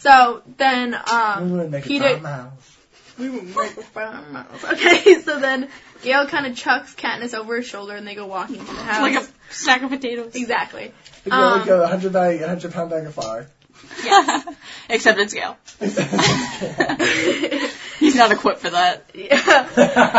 C: So then,
A: We
C: um,
A: wouldn't make
C: Peter-
A: a farmhouse.
C: we were right before our mouths. okay. So then, Gail kind of chucks Katniss over her shoulder, and they go walking into the house.
B: Like a stack of potatoes.
C: exactly.
A: We could only
C: Um,
A: go a hundred bag, a hundred pound bag of flour.
B: Except it's Gale.
C: yeah.
B: He's not equipped for that.
A: he's
C: Um,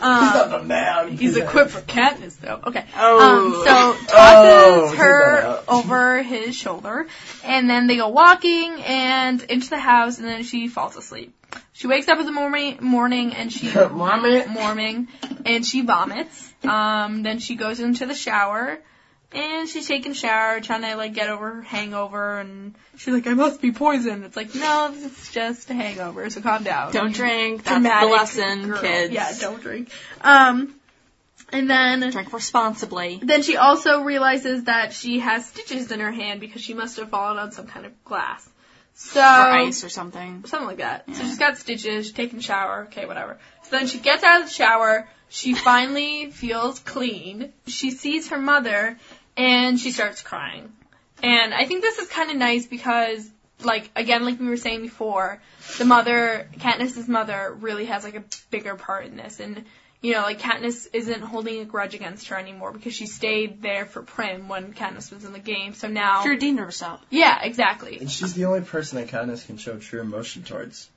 A: not the man.
C: he's equipped for Katniss, though. Okay. Um,
B: Oh.
C: so tosses
A: Oh, take that
C: her
A: out.
C: over his shoulder, and then they go walking and into the house, and then she falls asleep. She wakes up in the morning, morning, and she
A: Mormon.
C: morning, and she vomits. Um, then she goes into the shower, and she's taking a shower, trying to like get over her hangover, and she's like, "I must be poisoned." It's like, no, this is just a hangover, so calm down.
B: Don't drink. That's
C: Dramatic
B: the lesson,
C: girl.
B: kids.
C: Yeah, don't drink. Um, and then
B: drink responsibly.
C: then she also realizes that she has stitches in her hand because she must have fallen on some kind of glass. So
B: or ice or something.
C: something like that. So she's got stitches, she's taking a shower, okay, whatever. So then she gets out of the shower, she finally feels clean, she sees her mother, and she starts crying. And I think this is kind of nice because, like, again, like we were saying before, the mother, Katniss's mother, really has, like, a bigger part in this. And, you know, like, Katniss isn't holding a grudge against her anymore because she stayed there for Prim when Katniss was in the game, so now...
B: She redeemed herself.
C: Yeah, exactly.
A: And she's the only person that Katniss can show true emotion towards.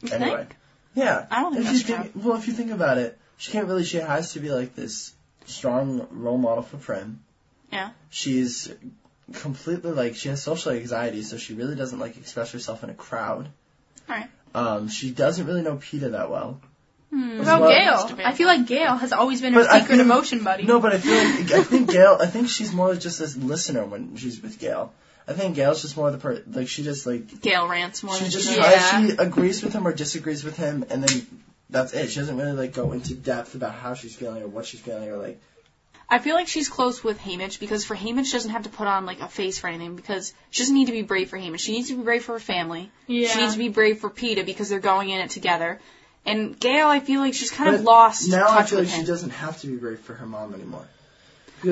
C: You think?
A: Anyway. Yeah.
B: I don't think
A: if
B: that's
A: you think, Well, if you think about it, she can't really. She has to be like this strong role model for Prim.
B: Yeah.
A: She's completely like she has social anxiety, so she really doesn't like express herself in a crowd.
B: Right.
A: Um, she doesn't really know Peter that well.
B: Hmm.
A: As
C: About
A: well-
C: Gail, I feel like Gail has always been her
A: But I
C: secret
A: think-
C: emotion buddy.
A: No, but I feel like I think Gail. I think she's more just a listener when she's with Gail. I think Gail's just more the per like she just like
B: Gail rants more
A: she
B: than
A: just
B: she-
C: tries- Yeah.
A: tries, she agrees with him or disagrees with him, and then that's it. She doesn't really like go into depth about how she's feeling or what she's feeling or like.
B: I feel like she's close with Hamish because for Hamish she doesn't have to put on like a face for anything because she doesn't need to be brave for Hamish. She needs to be brave for her family.
C: yeah.
B: She needs to be brave for Peta because they're going in it together. And Gail, I feel like she's kind
A: But
B: of lost
A: Now
B: touch
A: I feel
B: with
A: like
B: him.
A: she doesn't have to be brave for her mom anymore.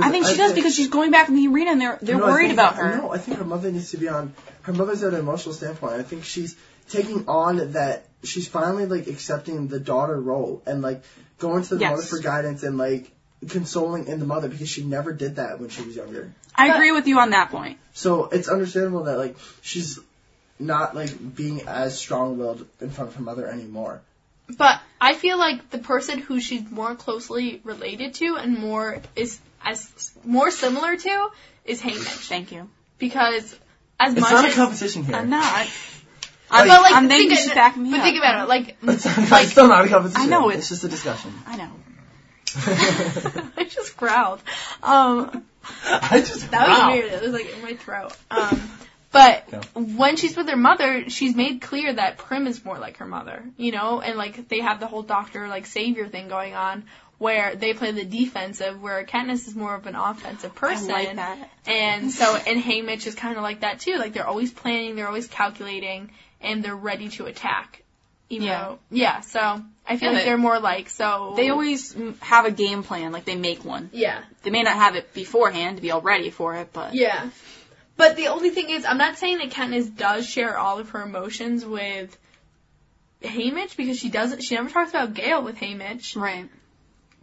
B: I think she does because she's going back in the arena and they're they're
A: No, I
B: worried
A: think-
B: about her.
A: No, I think her mother needs to be on. Her mother's at an emotional standpoint. I think she's taking on that she's finally like accepting the daughter role and like going to the
B: Yes.
A: mother for guidance and like consoling in the mother because she never did that when she was younger.
B: I
C: But-
B: agree with you on that point.
A: So it's understandable that like she's not like being as strong-willed in front of her mother anymore.
C: But I feel like the person who she's more closely related to and more is as more similar to is Hamish
B: Thank you.
C: because as
A: It's
C: much
A: not a
C: as
A: competition here.
B: I'm not.
A: Like-
B: I'm,
C: but like
B: I'm
C: think
B: thinking you
C: of-
B: should back me
C: but
B: up.
C: think about it like
A: It's, not,
C: like-
A: it's still not a competition.
B: I know,
A: it's
B: it's-
A: just a discussion.
B: I know.
C: I just growled. Um,
A: I just
C: that was
A: wow.
C: weird. It was like in my throat. Um, but
A: Yeah.
C: when she's with her mother, she's made clear that Prim is more like her mother, you know, and like they have the whole doctor like savior thing going on where they play the defensive, where Katniss is more of an offensive person.
B: I like that.
C: And so, and Haymitch is kind of like that too. Like they're always planning, they're always calculating, and they're ready to attack. Even
B: Yeah.
C: Though, yeah. So I
B: Yeah,
C: feel like
B: they-
C: they're more like so.
B: They always mm, have a game plan, like they make one.
C: Yeah.
B: They may not have it beforehand to be all ready for it, but
C: Yeah. But the only thing is, I'm not saying that Katniss does share all of her emotions with Haymitch because she doesn't. She never talks about Gale with Haymitch,
B: right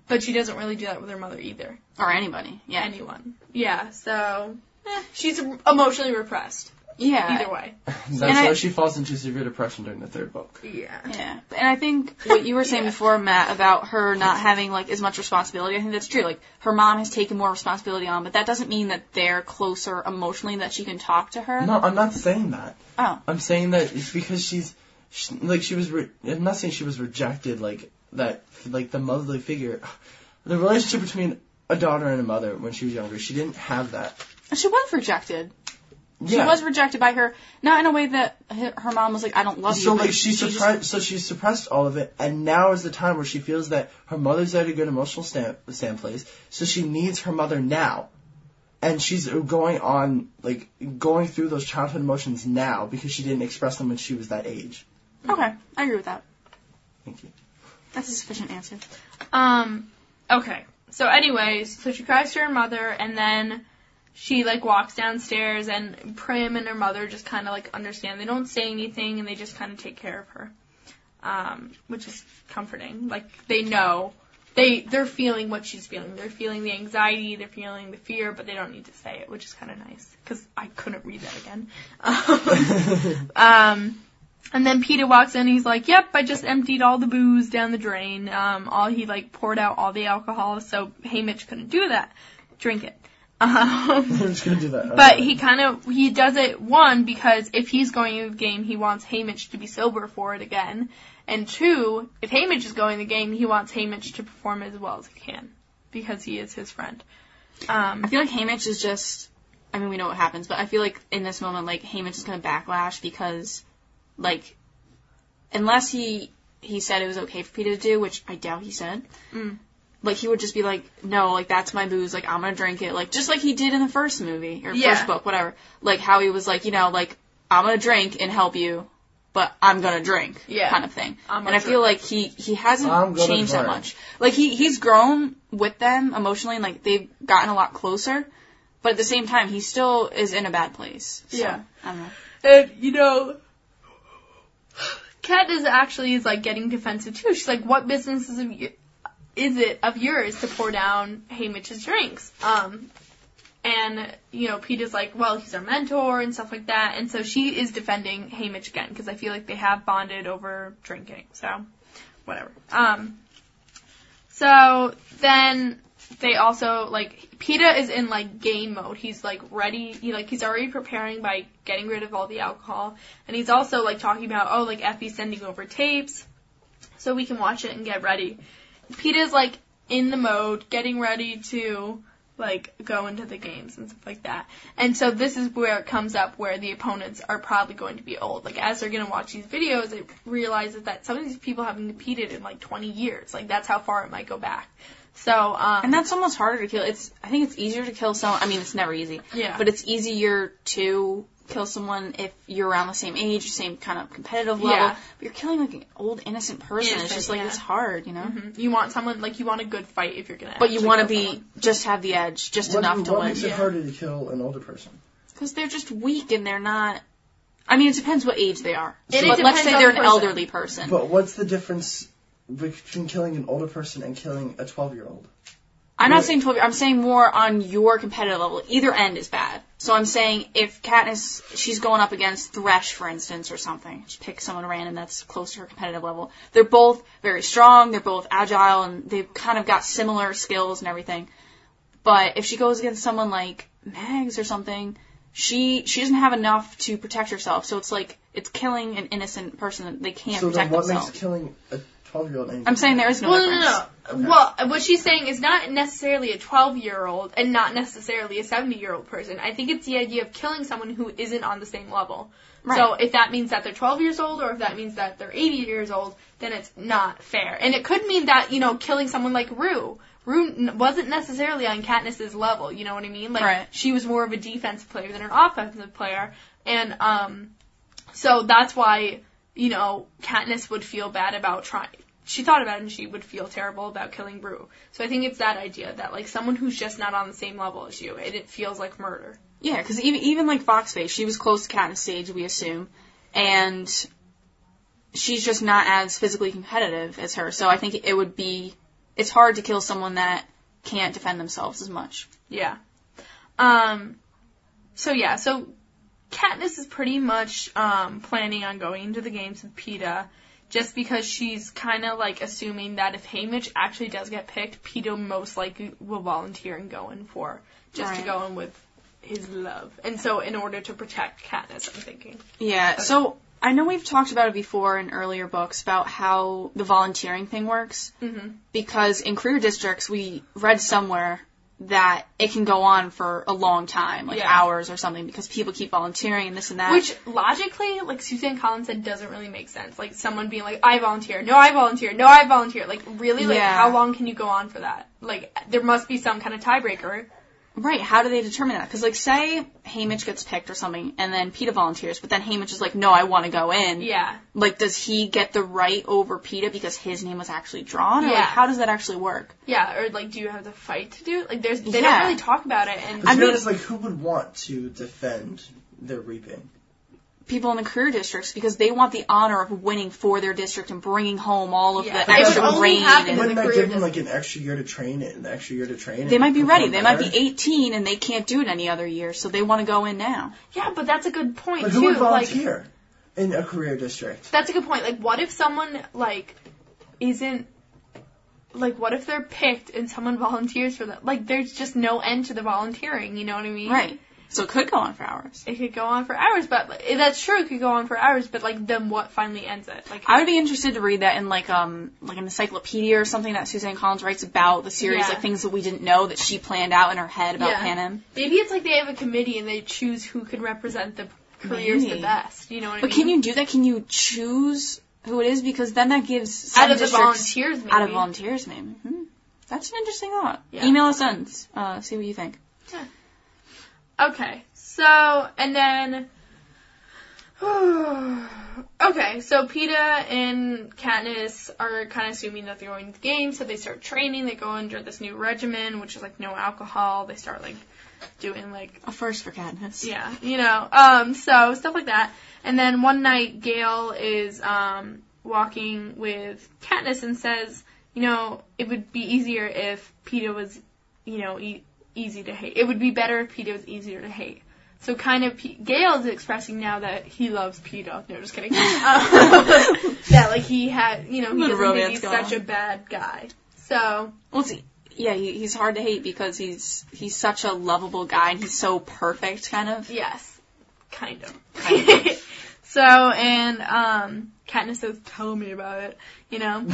C: but she doesn't really do that with her mother either.
B: or anybody, yeah,
C: Anyone. Yeah. So eh, she's emotionally repressed
B: yeah,
C: either way.
A: That's
B: And I-
A: why she falls into severe depression during the third book.
C: Yeah.
B: Yeah, and I think what you were saying before, Matt, about her not having like as much responsibility, I think that's true. Like her mom has taken more responsibility on, but that doesn't mean that they're closer emotionally and that she can talk to her.
A: No, I'm not saying that.
B: Oh,
A: I'm saying that it's because she's, she, like, she was. Re- I'm not saying she was rejected, like that, like the motherly figure. The relationship between a daughter and a mother when she was younger, she didn't have that.
B: she was rejected.
A: Yeah.
B: She was rejected by her, not in a way that her her mom was like, "I don't love
A: so
B: you."
A: like
B: but
A: she,
B: just-
A: suppressed, so she suppressed all of it, and now is the time where she feels that her mother's at a good emotional stand, stand place, so she needs her mother now, and she's going on like going through those childhood emotions now because she didn't express them when she was that age.
B: Okay, I agree with that.
A: Thank you.
B: That's a sufficient answer.
C: Um, okay. So anyways, so she cries to her mother and then she like walks downstairs and Prim and her mother just kind of like understand. They don't say anything and they just kind of take care of her. Um, which is comforting. Like they know they they're feeling what she's feeling. They're feeling the anxiety, they're feeling the fear, but they don't need to say it, which is kind of nice cuz I couldn't read that again. Um, um and then Peter walks in. He's like, "Yep, I just emptied all the booze down the drain. Um, all he like poured out all the alcohol, so Haymitch couldn't do that. Drink it."
A: I'm
C: Um,
A: just gonna do that.
C: but
A: Okay.
C: he kind of he does it one because if he's going to the game, he wants Haymitch to be sober for it again, and two, if Haymitch is going to the game, he wants Haymitch to perform as well as he can because he is his friend. Um,
B: I feel like Hamish is just. I mean, we know what happens, but I feel like in this moment, like Hamish is gonna backlash because, like, unless he he said it was okay for Peter to do, which I doubt he said.
C: Mm.
B: Like he would just be like, no, like that's my booze, like I'm gonna drink it, like just like he did in the first movie or
C: Yeah.
B: first book, whatever. Like how he was like, you know, like I'm gonna drink and help you, but I'm gonna drink,
C: Yeah.
B: kind of thing.
C: I'm a
B: and I
C: jerk.
B: feel like he he hasn't
A: I'm gonna
B: changed that
A: drink.
B: much. Like he he's grown with them emotionally, and like they've gotten a lot closer. But at the same time, he still is in a bad place. So,
C: Yeah.
B: I don't know.
C: And you know, Kat is actually is like getting defensive too. She's like, "What business is of y- is it of yours to pour down Haymitch's drinks?" Um, and you know, Pete is like, "Well, he's our mentor and stuff like that." And so she is defending Haymitch again because I feel like they have bonded over drinking. So, whatever. Um, so then they also like Peta is in like game mode. He's like ready. He like he's already preparing by getting rid of all the alcohol, and he's also like talking about oh like Effie's sending over tapes, so we can watch it and get ready. Peta's like in the mode, getting ready to like go into the games and stuff like that. And so this is where it comes up where the opponents are probably going to be old. Like as they're gonna watch these videos, they realizes that some of these people haven't competed in like 20 years. Like that's how far it might go back. So um,
B: And that's almost harder to kill. It's I think it's easier to kill someone. I mean, it's never easy,
C: yeah.
B: but it's easier to kill someone if you're around the same age, same kind of competitive level.
C: Yeah.
B: But you're killing like an old innocent person. it's
C: Innocent,
B: just like
C: yeah.
B: it's hard, you know.
C: Mhm. You want someone like you want a good fight if you're gonna.
B: But you
C: actually
B: want to
C: kill
B: be
C: someone.
B: just have the edge, just
A: what,
B: enough to
A: what
B: win.
A: makes it
C: Yeah.
A: harder to kill an older person?
B: Because they're just weak and they're not I mean, it depends what age they are. but
C: It
B: let's
C: depends
B: say
C: on
B: they're
C: the
B: an
C: person.
B: elderly person.
A: But what's the difference between killing an older person and killing a 12 year old?
B: I'm not
A: Really?
B: saying 12 year I'm saying more on your competitive level. Either end is bad. So I'm saying if Katniss, she's going up against Thresh, for instance, or something. Just pick someone random that's close to her competitive level. They're both very strong, they're both agile, and they've kind of got similar skills and everything. But if she goes against someone like Mags or something, she she doesn't have enough to protect herself. So it's like it's killing an innocent person that they can't
A: so then
B: protect
A: what
B: themselves.
A: makes killing a 12 year old anything?
B: I'm saying there is no
C: well,
B: difference.
C: no, no, no. Well, what she's saying is not necessarily a 12 year old and not necessarily a 70 year old person. I think it's the idea of killing someone who isn't on the same level.
B: Right.
C: So if that means that they're 12 years old or if that means that they're 80 years old, then it's not fair. And it could mean that, you know, killing someone like Rue. Rue n- wasn't necessarily on Katniss's level, you know what I mean? Like
B: Right.
C: she was more of a defensive player than an offensive player. And um so that's why, you know, Katniss would feel bad about trying she thought about it and she would feel terrible about killing Rue. So I think it's that idea that like someone who's just not on the same level as you, and it feels like murder.
B: Yeah, because even even like Foxface, she was close to Katniss age, we assume, and she's just not as physically competitive as her. So I think it would be it's hard to kill someone that can't defend themselves as much.
C: Yeah. Um so yeah, so Katniss is pretty much um planning on going into the games with PETA just because she's kind of like assuming that if Haymitch actually does get picked, PETA most likely will volunteer and go in for just to
B: Right.
C: go in with his love. And so in order to protect Katniss, I'm thinking.
B: Yeah. So I know we've talked about it before in earlier books about how the volunteering thing works,
C: Mhm.
B: because in career districts we read somewhere that it can go on for a long time, like
C: Yeah.
B: hours or something, because people keep volunteering and this and that.
C: Which logically, like Suzanne Collins said, doesn't really make sense. Like someone being like, "I volunteer," "No, I volunteer," "No, I volunteer." Like really, like
B: Yeah.
C: how long can you go on for that? Like there must be some kind of tiebreaker.
B: Right. How do they determine that? Because like, say Hamish gets picked or something, and then Peta volunteers, but then Hamish is like, "No, I want to go in."
C: Yeah,
B: Like, does he get the right over Peta because his name was actually drawn? Or,
C: Yeah.
B: Like, how does that actually work?
C: yeah. Or like, do you have to fight to do? it? Like there's they
B: Yeah.
C: don't really talk about it. And
A: But to
B: I
A: be
B: mean-
A: honest, like, who would want to defend their reaping?
B: People in the career districts because they want the honor of winning for their district and bringing home all of
C: Yeah.
B: the
C: But
A: that
B: extra
A: would
C: only
B: grain.
C: happen
B: And
A: Wouldn't that
C: career
A: give them,
C: does-
A: like, an extra year to train it, an extra year to train it?
B: they might be
A: and
B: ready.
A: perform
B: They might be
A: better?
B: 18 and they can't do it any other year, so they want to go in now.
C: yeah, but that's a good point
A: But
C: too.
A: who would
C: like
A: volunteer in a career district?
C: That's a good point. Like, what if someone like isn't like what if they're picked and someone volunteers for them? Like, there's just no end to the volunteering. You know what I mean?
B: Right. So it could go on for hours.
C: It could go on for hours, but like, that's true. It could go on for hours, but like then what finally ends it? Like
B: I would be interested to read that in like um like an encyclopedia or something that Suzanne Collins writes about the series,
C: Yeah.
B: like things that we didn't know that she planned out in her head about
C: Yeah.
B: Panem.
C: maybe it's like they have a committee and they choose who can represent the careers
B: Maybe.
C: the best. You know what
B: But
C: I mean?
B: can you do that? Can you choose who it is? Because then that gives some
C: out of the
B: districts
C: volunteers? Maybe.
B: out of volunteers maybe. Hmm. That's an interesting thought.
C: Yeah.
B: Email us in. Uh, see what you think.
C: Okay, so and then. okay, so PETA and Katniss are kind of assuming that they're going to the game, so they start training. They go under this new regimen, which is like no alcohol. They start like doing like
B: A first for Katniss.
C: yeah, you know, um, so stuff like that. And then one night, Gail is um, walking with Katniss and says, you know, it would be easier if Peeta was, you know, e- easy to hate. It would be better if Peeta was easier to hate. So kind of, P- Gail is expressing now that he loves Peeta. No, just kidding. Um, yeah, like he had, you know, he
B: Little
C: doesn't think
B: romance
C: he's
B: going
C: such
B: on.
C: a bad guy. So
B: Well, see, yeah, he, he's hard to hate because he's he's such a lovable guy and he's so perfect, kind of.
C: Yes, kind of. so, and um, Katniss says, "Tell me about it," you know.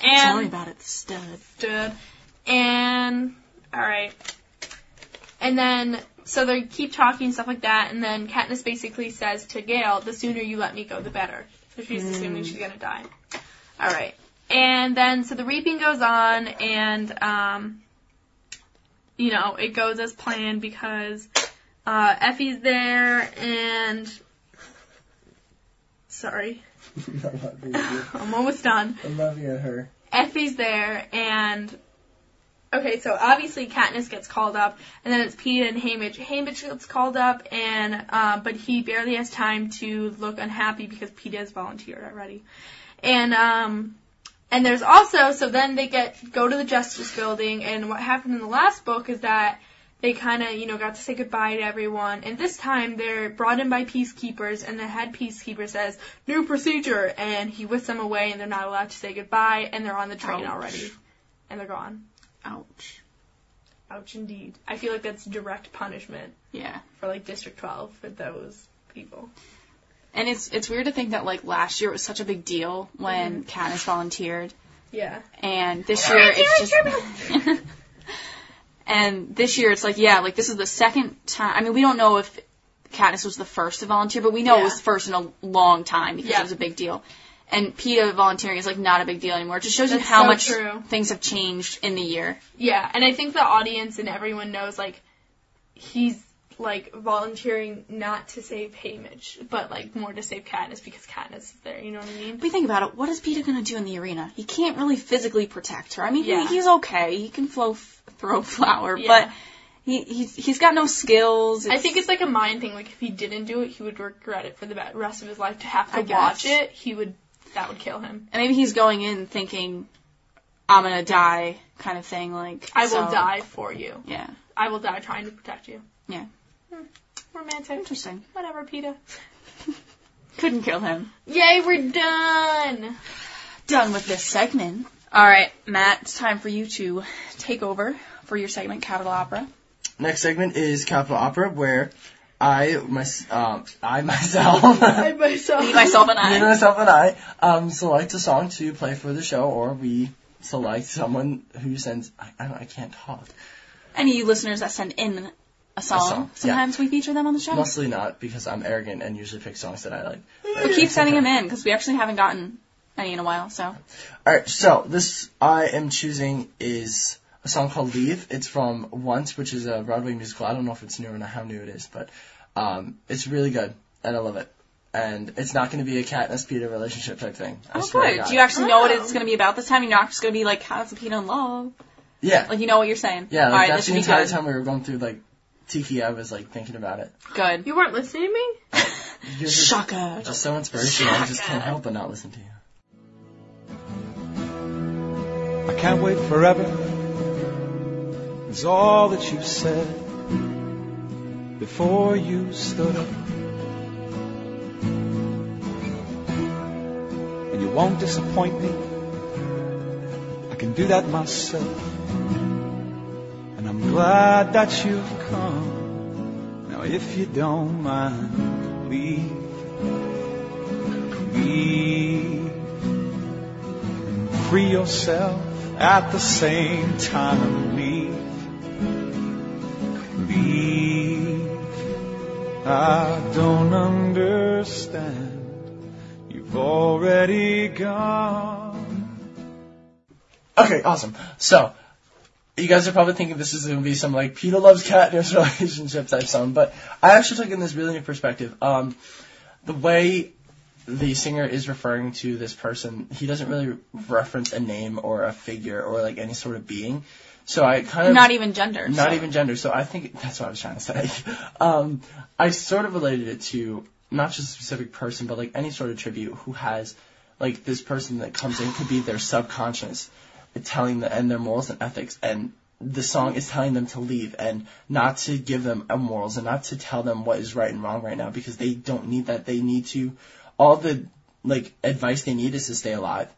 B: Tell me
C: And
B: about it, stud.
C: stood, and all right, and then so they keep talking stuff like that, and then Katniss basically says to Gail, "The sooner you let me go, the better." So she's assuming she's gonna die. All right, and then so the reaping goes on, and um, you know it goes as planned because uh, Effie's there, and sorry,
A: I'm not being weird.
C: I'm almost done.
A: I'm laughing at her.
C: Effie's there, and Okay, so obviously Katniss gets called up, and then it's Peeta and Haymitch. Haymitch gets called up, and uh, but he barely has time to look unhappy because Peeta has volunteered already. And um, and there's also so then they get go to the Justice Building, and what happened in the last book is that they kind of you know got to say goodbye to everyone, and this time they're brought in by peacekeepers, and the head peacekeeper says new procedure, and he whisks them away, and they're not allowed to say goodbye, and they're on the train
B: Ouch.
C: already, and they're gone.
B: Ouch.
C: Ouch, indeed. I feel like that's direct punishment
B: Yeah.
C: for like District 12 for those people.
B: And it's it's weird to think that like last year it was such a big deal when
C: Mm-hmm.
B: Katniss volunteered,
C: Yeah.
B: and this year it's just. and this year it's like yeah, like this is the second time. I mean, we don't know if Katniss was the first to volunteer, but we know it was
C: Yeah.
B: the first in a long time because
C: Yeah.
B: it was a big deal. And PETA volunteering is like not a big deal anymore. It just shows you
C: That's
B: how
C: so
B: much
C: true.
B: things have changed in the year.
C: Yeah, and I think the audience and everyone knows like he's like volunteering not to save Haymitch, but like more to save Katniss because Katniss is there, you know what I mean?
B: If we think about it, what is Peter going to do in the arena? He can't really physically protect her. I mean, he-
C: Yeah.
B: he's okay. He can flow, f- throw flour,
C: Yeah.
B: but he, he's, he's got no skills.
C: I think it's like a mind thing. Like if he didn't do it, he would regret it for the be- rest of his life. To have to
B: I
C: watch
B: guess.
C: it, he would that would kill him.
B: and maybe he's going in thinking, I'm going to die kind of thing. Like,
C: I will
B: so-
C: die for you.
B: Yeah.
C: I will die trying to protect you.
B: Yeah.
C: Hmm. Romantic.
B: Interesting.
C: Whatever, Peta.
B: Couldn't kill him.
C: Yay, we're done.
B: Done with this segment. All right, Matt, it's time for you to take over for your segment, Capital Opera.
A: Next segment is Capital Opera, where I, my, um, I myself,
C: I myself.
B: Me, myself, and
A: me,
B: I.
A: myself, and I um, select a song to play for the show, or we select someone who sends. I, I, I can't talk.
B: Any of you listeners that send in a song,
A: song, yeah.
B: sometimes we feature them on the show.
A: Mostly not because I'm arrogant and usually pick songs that I like.
B: But keep sending them in because we actually haven't gotten any in a while. So
A: All right, so this I am choosing is a song called "Leave." It's from Once, which is a Broadway musical. I don't know if it's new or not, how new it is, but um, it's really good and I love it. And it's not going to be a cat and a Peter relationship type thing. I
B: oh,
A: swear to
B: good.
A: God.
B: Do you actually know what
C: Oh.
B: it's going to be about this time? You're not just going to be like, "How's the peanut in love?"
A: yeah,
B: Like you know what you're saying.
A: yeah. Like,
B: All right,
A: that's
B: this
A: the
B: should be
A: entire
B: good.
A: time we were going through like Tiki. I was like thinking about it.
B: Good.
C: You weren't listening to me?
A: You're just,
B: Shaka.
A: just so inspirational. I just can't help but not listen to you.
E: I can't wait forever is all that you said before you stood up. And you won't disappoint me. I can do that myself. And I'm glad that you've come. Now if you don't mind, leave. Leave free yourself at the same time. Leave, leave. I don't understand. You've already gone.
A: Okay, awesome. So, you guys are probably thinking this is going to be some like Peter loves cat and his relationship type song, but I actually took in this really new perspective. Um, the way the singer is referring to this person, he doesn't really reference a name or a figure or like any sort of being. So I kind of
B: Not even gender.
A: not
B: so.
A: even gender. So I think that's what I was trying to say. Um, I sort of related it to not just a specific person, but like any sort of tribute who has like this person that comes in could be their subconscious telling the and their morals and ethics and the song is telling them to leave and not to give them a morals and not to tell them what is right and wrong right now because they don't need that. They need to all the like advice they need is to stay alive.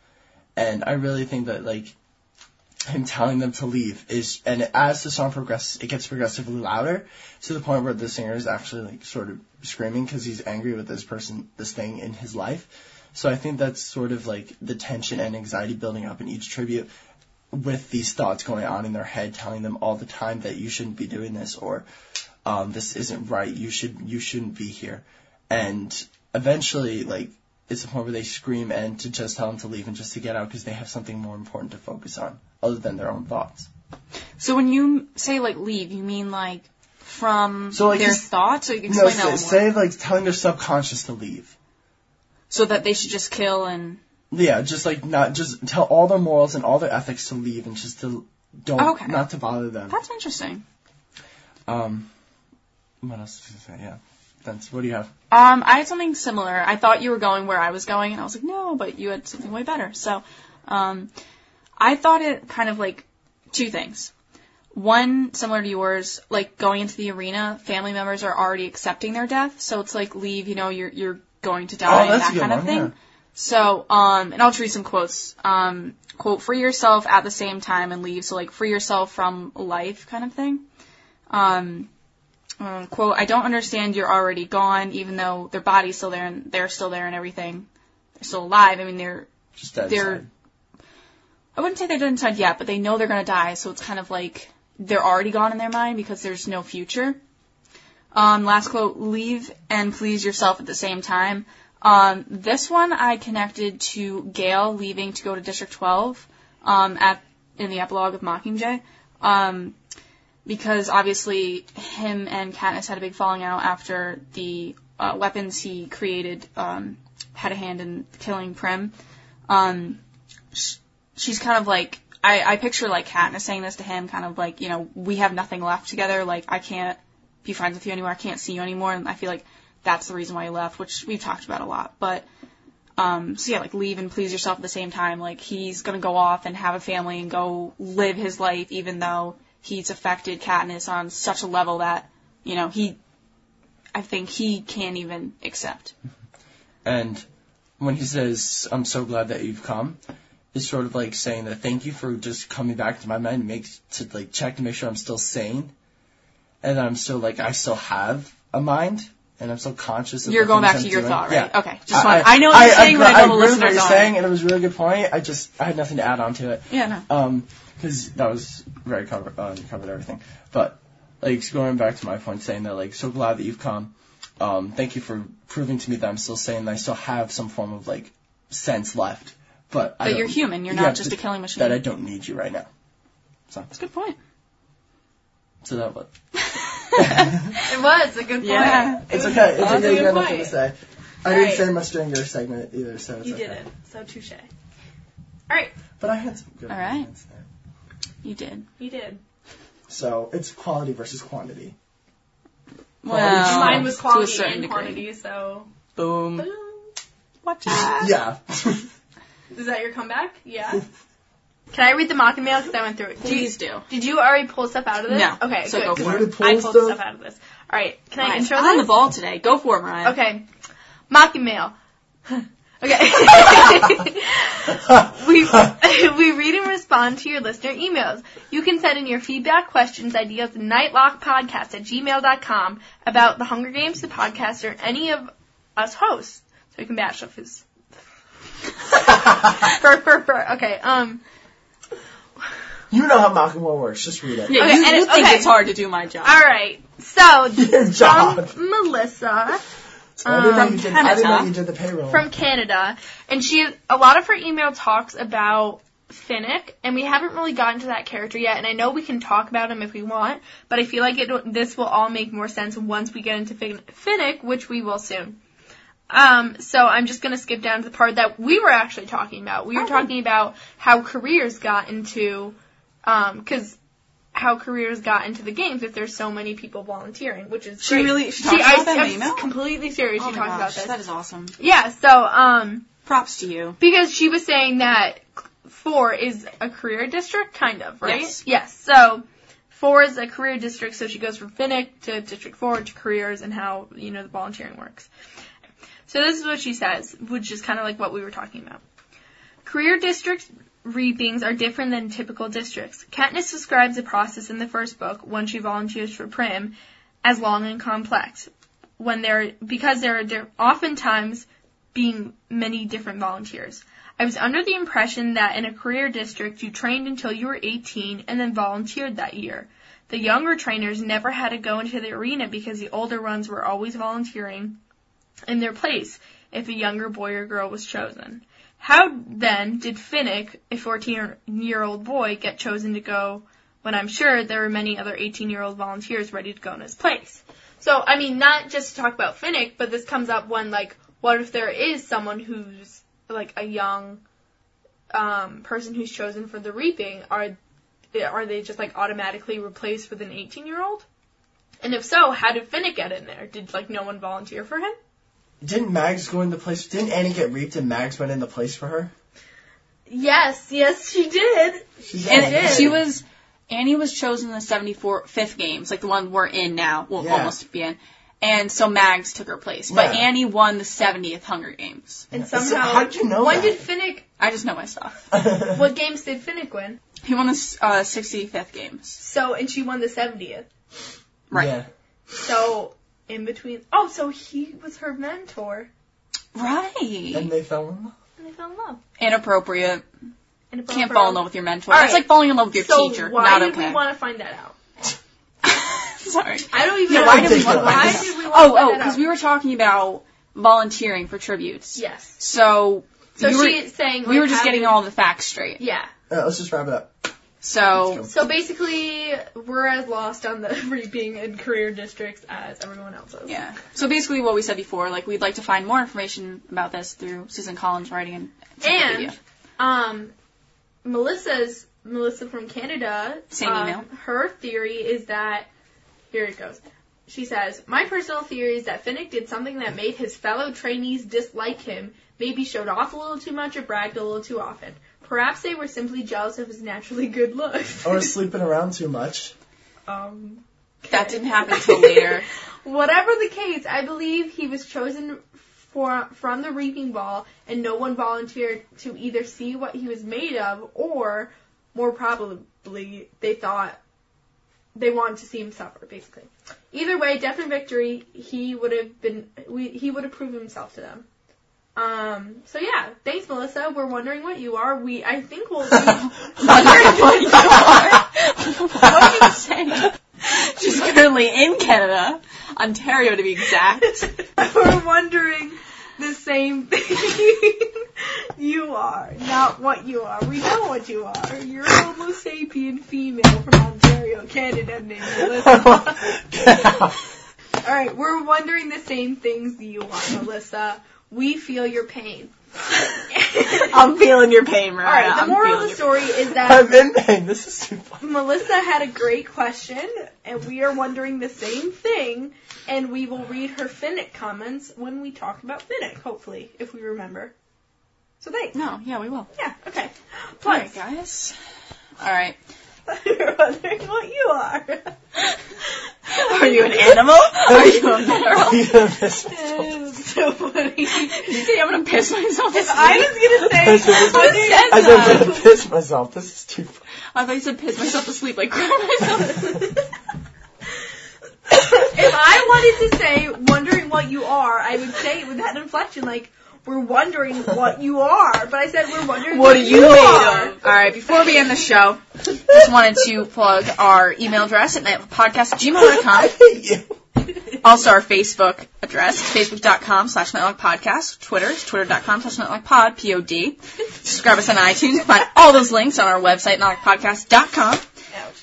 A: And I really think that like him telling them to leave is and as the song progresses it gets progressively louder to the point where the singer is actually like sort of screaming because he's angry with this person this thing in his life so i think that's sort of like the tension and anxiety building up in each tribute with these thoughts going on in their head telling them all the time that you shouldn't be doing this or um, this isn't right you should you shouldn't be here and eventually like it's the point where they scream and to just tell them to leave and just to get out because they have something more important to focus on other than their own thoughts.
B: So when you say like leave, you mean like from
A: So, like,
B: their
A: just-
B: thoughts, or you
A: No,
B: explain that
A: say,
B: one
A: say
B: more.
A: like telling their subconscious to leave.
B: so that they should just kill and
A: Yeah, just like not just tell all their morals and all their ethics to leave and just to don't
B: Oh, Okay.
A: not to bother them.
B: That's interesting.
A: Um, what else did I say? Yeah, that's what do you have?
B: Um, I had something similar. I thought you were going where I was going, and I was like, no, but you had something way better. So, um, I thought it kind of like two things. One, similar to yours, like going into the arena, family members are already accepting their death, so it's like leave, you know, you're you're going to die,
A: oh, that's
B: that
A: a good
B: kind
A: one.
B: of thing.
A: yeah.
B: So, um, and I'll just read some quotes. Um, quote, free yourself at the same time and leave. So, like, free yourself from life kind of thing. Um, uh, quote, I don't understand you're already gone, even though their body's still there and they're still there and everything. They're still alive. I mean, they're,
A: Just dead
B: they're-
A: inside.
B: I wouldn't say they're dead inside yet, but they know they're gonna die, so it's kind of like they're already gone in their mind because there's no future. Um, last quote, leave and please yourself at the same time. Um, this one I connected to Gail leaving to go to District 12, um, at, in the epilogue of Mockingjay. Um, because obviously him and Katniss had a big falling out after the uh, weapons he created, um, had a hand in killing Prim. Um, sh- she's kind of like, I, I picture like Katniss saying this to him, kind of like, you know, we have nothing left together, like, I can't be friends with you anymore. I can't see you anymore. And I feel like that's the reason why he left, which we've talked about a lot. But, um, so yeah, like leave and please yourself at the same time. Like he's going to go off and have a family and go live his life, even though he's affected Katniss on such a level that, you know, he, I think he can't even accept.
A: And when he says, "I'm so glad that you've come," it's sort of like saying that thank you for just coming back to my mind and make to like check to make sure I'm still sane, and that I'm still like I still have a mind and I'm still conscious. Of
B: You're
A: the
B: going
A: things
B: back to
A: I'm
B: your
A: doing.
B: thought,
A: Yeah.
B: right? Okay. Just want, I, know what you're saying,
A: agree-
B: but I know
A: agree
B: the
A: with
B: listeners
A: what you're
B: are
A: saying, and it was a really good point. I just I had nothing to add on to it.
B: Yeah, no.
A: Um, because that was very cover uh, you covered everything. But like going back to my point, saying that like so glad that you've come. Um, thank you for proving to me that I'm still sane. That I still have some form of like sense left. But I
B: But
A: don't-
B: you're human. You're
A: yeah,
B: not just a
A: but
B: killing machine.
A: That I don't need you right now. So
B: That's a good point.
A: so that was.
C: It was a good point.
B: Yeah.
A: It's okay. It's
C: That was a
A: okay. You got
C: good
A: nothing to
C: point.
A: say. I
C: Right.
A: didn't say much during your segment either, so it's
C: You
A: okay.
C: did it. So touche. All right,
A: But I had some good
B: All right.
A: arguments there.
B: You did.
C: you did.
A: So it's quality versus quantity.
B: Well,
A: Um,
C: Mine was
B: Oh, to a
C: quality
B: certain
C: and
B: degree.
C: quantity, so.
B: Boom. Watch
A: Yeah.
C: Is that your comeback? Yeah. Can I read the mock mail because I went through it? Did you,
B: Please do.
C: did you already pull stuff out of this?
B: No.
C: Okay.
B: So
C: good.
B: go
C: 'cause
B: for
A: it. Did I
C: I
A: pull
C: pulled
A: stuff?
C: stuff? out of this. All right. Can I
B: Ryan,
C: intro
B: I'm
C: this?
B: on the ball today. Go for it, Ryan.
C: Okay. Mock mail. okay. we, we read and respond to your listener emails. You can send in your feedback, questions, ideas, nightlockpodcast at gmail.com about the Hunger Games, the podcast, or any of us hosts. So you can bash off who's. Burr, burr, burr. Okay, um,
A: you know how Malcolm Moore works. Just read it.
B: Yeah,
C: Okay,
B: you,
C: and
B: you
C: it-
B: think
C: okay.
B: it's hard to do my job.
C: alright. So,
A: Your
C: from
A: job.
C: Melissa.
A: I didn't know
C: um,
A: you did. I didn't know
B: Canada.
A: you did the payroll.
C: from Canada, and she a lot of her email talks about Finnick, and we haven't really gotten to that character yet. And I know we can talk about him if we want, but I feel like it this will all make more sense once we get into Fin- Finnick, which we will soon. Um, so I'm just gonna skip down to the part that we were actually talking about.
B: Oh.
C: We were talking about how careers got into, um, cause how careers got into the games if there's so many people volunteering, which is
B: She
C: great.
B: really- she talks about that in
C: I'm
B: the email?
C: completely serious.
B: Oh
C: she
B: my
C: talks about
B: gosh,
C: this.
B: that is awesome.
C: yeah. So um,
B: Props to you.
C: because she was saying that four is a career district, kind of, right?
B: Yes.
C: So four is a career district, so she goes from Finnick to District Four to careers and how you know the volunteering works. So this is what she says, which is kind of like what we were talking about. Career district reapings are different than typical districts. Katniss describes the process in the first book when she volunteers for Prim as long and complex. When there, because there are di- oftentimes being many different volunteers. I was under the impression that in a career district you trained until you were 18 and then volunteered that year. The younger trainers never had to go into the arena because the older ones were always volunteering in their place if a younger boy or girl was chosen. How then did Finnick, a 14 year old boy, get chosen to go when I'm sure there were many other 18 year old volunteers ready to go in his place? So, I mean, not just to talk about Finnick, but this comes up when, like, what if there is someone who's, like, a young um, person who's chosen for the reaping? Are are they just like automatically replaced with an 18 year old? And if so, how did Finnick get in there? Did like no one volunteer for him?
A: Didn't Mags go in the place? Didn't Annie get raped and Mags went in the place for her?
C: Yes, yes, she did.
A: She's
C: And
A: all-
C: did.
B: She was Annie was chosen in the 74 fifth games, like the one we're in now, well
A: Yeah.
B: almost be in. And so Mags took her place, but
A: Yeah.
B: Annie won the 70th Hunger Games.
C: And
A: So
C: somehow,
A: how did you know
C: when
A: that?
C: did Finnick?
B: I just know my stuff.
C: What games did Finnick win?
B: He won the s- uh, 65th Games,
C: So and she won the 70th.
B: right?
A: Yeah.
C: So in between, oh, so he was her mentor,
A: And
B: Right.
A: they fell in love.
C: and they fell in love.
B: Inappropriate.
C: And it broke
B: Can't
C: her
B: fall in
C: up.
B: love with your mentor.
C: All
B: It's
C: right.
B: like falling in love with your
C: so
B: teacher.
C: Why
B: Not
C: did
B: okay.
C: we want to find that out?
B: Sorry.
C: I don't even.
A: Yeah,
C: know.
A: why did we wanna
C: Why
A: find
B: this?
C: did we wanna
B: Oh,
C: find
B: oh,
C: that
B: because
C: out?
B: we were talking about volunteering for tributes.
C: Yes.
B: So,
C: So
B: you were-
C: she's saying
B: we
C: like,
B: were just
C: how
B: getting
C: did-
B: all the facts straight.
C: Yeah.
A: Uh, let's just wrap it up.
B: So,
A: Let's
C: So basically, we're as lost on the reaping and career districts as everyone else is.
B: yeah. So basically what we said before, like we'd like to find more information about this through Susan Collins writing and
C: And um, Melissa's Melissa from Canada.
B: Same
C: um,
B: email.
C: Her theory is that here it goes. She says, "My personal theory is that Finnick did something that made his fellow trainees dislike him. Maybe showed off a little too much or bragged a little too often. Perhaps they were simply jealous of his naturally good looks."
A: go. Or sleeping around too much.
C: um,
B: That didn't happen till later.
C: Whatever the case, I believe he was chosen for, from the reaping ball, and no one volunteered to either see what he was made of, or more probably, they thought they wanted to see him suffer. Basically, either way, definite victory. He would have been. We, he would have proved himself to them. Um. So yeah, thanks, Melissa. We're wondering what you are. We I think we'll be wondering what you are.
B: what are you saying? She's currently in Canada, Ontario to be exact.
C: We're wondering the same thing. you are, not what you are. We know what you are. You're a Homo sapien female from Ontario, Canada, named Melissa. Alright, we're wondering the same things you are, Melissa. We feel your pain.
B: I'm feeling your pain, right?
C: Alright, the
B: I'm
C: moral
B: feeling
C: of the
B: your
C: story is that
A: I'm in pain. This is too fun.
C: Melissa had a great question, and we are wondering the same thing, and we will read her Finnick comments when we talk about Finnick, hopefully, if we remember. So thanks.
B: No, yeah, we will.
C: Yeah, okay.
B: Alright,
C: Plus,
B: guys. Alright.
C: you're wondering what you are.
B: Are you an animal? Are you a mineral?
C: so funny.
B: Did you say I'm gonna piss myself? If
C: I was gonna say,
A: I
C: wondering-
A: I said I'm gonna piss myself. This is too fun.
B: I thought you said piss myself to sleep, like cry myself.
C: if I wanted to say wondering what you are, I would say it with that inflection, like we're wondering what you are. But I said we're wondering what, you are.
B: Alright, before we end the show, just wanted to plug our email address at nightlogpodcast.gmail.com. Also our Facebook address, facebook.com slash nightlogpodcast. Twitter is twitter.com slash nightlogpod, P-O-D. Subscribe us on iTunes. You can Find all those links on our website, nightlogpodcast.com.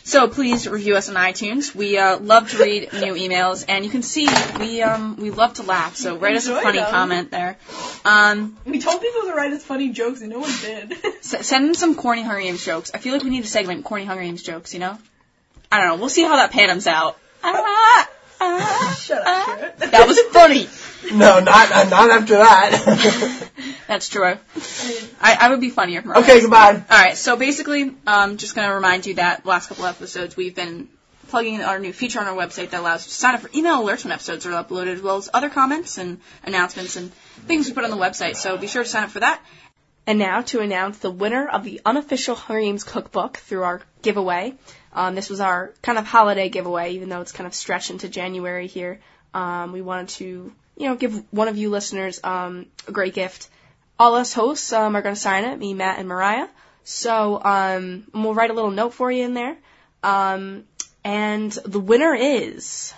B: So please review us on iTunes. We uh, love to read new emails, and you can see we um, we love to laugh. So write us a
C: Enjoy
B: funny
C: them.
B: comment there. Um,
C: We told people to write us funny jokes, and no one did.
B: S- send them some corny Hunger Games jokes. I feel like we need to segment corny Hunger Games jokes, you know? I don't know. We'll see how that pans out. Ah, ah,
C: Shut up,
B: ah.
C: Jarrett.
B: That was funny.
A: No, not uh, not after that.
B: That's true. I, I would be funnier. Mariah.
A: okay, goodbye.
B: All right. So basically, um, just gonna remind you that last couple episodes we've been plugging our new feature on our website that allows you to sign up for email alerts when episodes are uploaded, as well as other comments and announcements and things we put on the website. So be sure to sign up for that.
F: And now to announce the winner of the unofficial Hunger Games cookbook through our giveaway. Um, this was our kind of holiday giveaway, even though it's kind of stretched into January here. Um, we wanted to, you know, give one of you listeners um, a great gift. All us hosts um, are going to sign it, me, Matt, and Mariah. So um, and we'll write a little note for you in there. Um, and the winner is.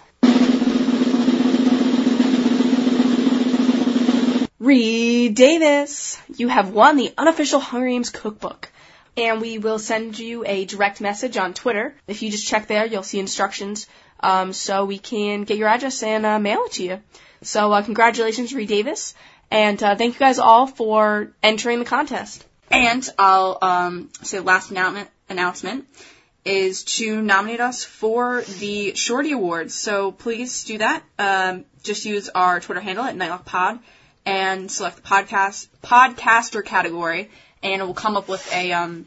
F: Reed Davis. You have won the unofficial Hunger Games cookbook. And we will send you a direct message on Twitter. If you just check there, you'll see instructions um, so we can get your address and uh, mail it to you. So uh, congratulations, Reed Davis. And uh, thank you guys all for entering the contest.
B: And I'll um, say the last announcement. Announcement is to nominate us for the Shorty Awards. So please do that. Um, just use our Twitter handle at NightlockPod and select the podcast podcaster category, and it will come up with a um,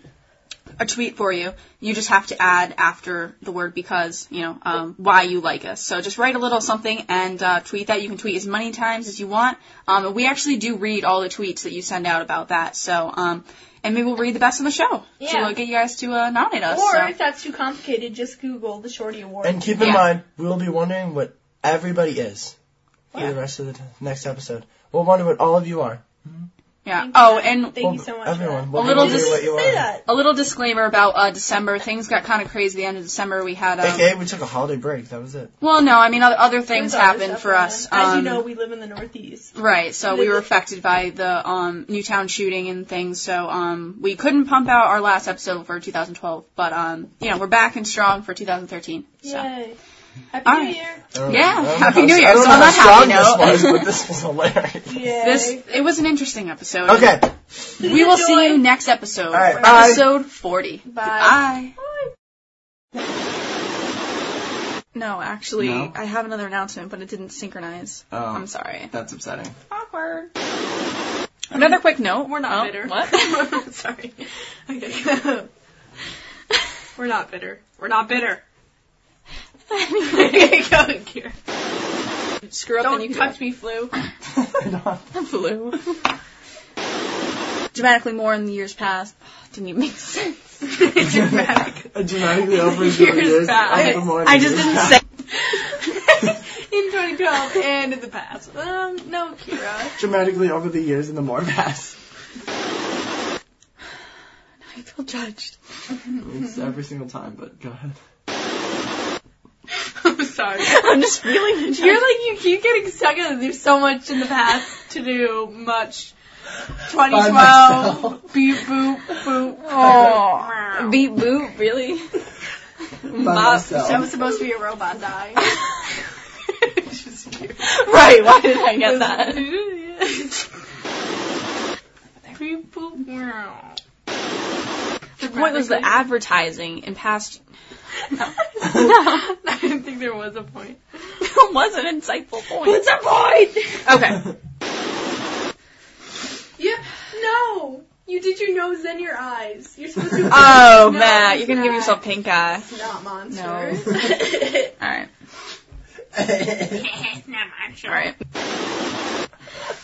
B: a tweet for you. You just have to add after the word because you know um, why you like us. So just write a little something and uh, tweet that. You can tweet as many times as you want. Um, and we actually do read all the tweets that you send out about that. So um, and maybe we'll read the best on the show to
C: Yeah.
B: uh, get you guys to uh, nominate us.
C: Or
B: So-
C: if that's too complicated, just Google the Shorty Award.
A: And keep in
B: Yeah.
A: mind, we'll be wondering what everybody is for
B: Yeah.
A: the rest of the t- next episode. We'll wonder what all of you are.
B: yeah.
C: Thank you.
B: Oh, and
C: Thank you
A: Well,
C: so much.
A: Everyone,
C: For
A: we'll
B: A little
A: wonder
B: dis-
A: what you
C: that. Say
A: are.
C: that.
B: a little disclaimer about uh, December. Things got kind of crazy the end of December. We had um,
A: AKA, we took a holiday break. That was it.
B: well, no, I mean other, other things
C: There's other
B: happened
C: stuff
B: for
C: going
B: us.
C: on. As you
B: Um,
C: know, we live in the Northeast.
B: Right, so we were affected by the um, Newtown shooting and things, so um, we couldn't pump out our last episode for 2012, but um, you know we're back and strong for 2013. So
C: Yay. Happy
B: All
C: New
B: right.
C: Year.
A: I don't-
B: Yeah,
A: I don't
B: Happy
A: know
B: New
A: how-
B: Year.
A: I don't
B: So
A: know
B: on
A: how
B: that
A: strong
B: happy
A: this
B: note-
A: was, but this was hilarious.
C: Yay.
B: this it was an interesting episode.
A: Okay.
B: we will see you
C: Enjoy.
B: next episode,
A: All right, bye.
B: episode 40. Bye. No, actually,
A: No?
B: I have another announcement, but it didn't synchronize.
A: Oh,
B: I'm sorry.
A: That's upsetting.
C: Awkward.
B: Another quick note.
C: We're
B: Oh,
C: not bitter.
B: What?
C: Sorry. Okay. We're not bitter. We're not bitter. Go here.
B: Screw up and
C: Don't
B: you
C: touch me, flu.
B: Blue. Dramatically more in the years past. didn't even make sense.
A: Dramatically over years.
B: back.
A: over more
B: I just
A: years.
B: didn't say.
C: In 2012 and in the past. Um, no, Kira.
A: Dramatically over the years and the more pass.
B: I feel judged.
A: It's every single time, but go ahead.
C: I'm sorry.
B: I'm just feeling the
C: You're like you keep getting stuck in it. There's so much in the past to do. Much. 2012.
A: myself.
C: Beep boop boop.
B: Oh. Beat boop, really?
A: By myself.
C: That was supposed to be a robot dying.
B: Right, why did I get that?
C: Beep boop. meow.
B: The point was the advertising in past.
C: I didn't think there was a point.
B: It was an insightful point. It's a point! Okay.
C: Yeah. No. You did your nose then your eyes. You're supposed to.
B: Oh,
C: No,
B: Matt,
C: it's
B: you're gonna give
C: not.
B: yourself pink eye.
C: It's not
B: No.
C: monsters.
B: Alright. Alright.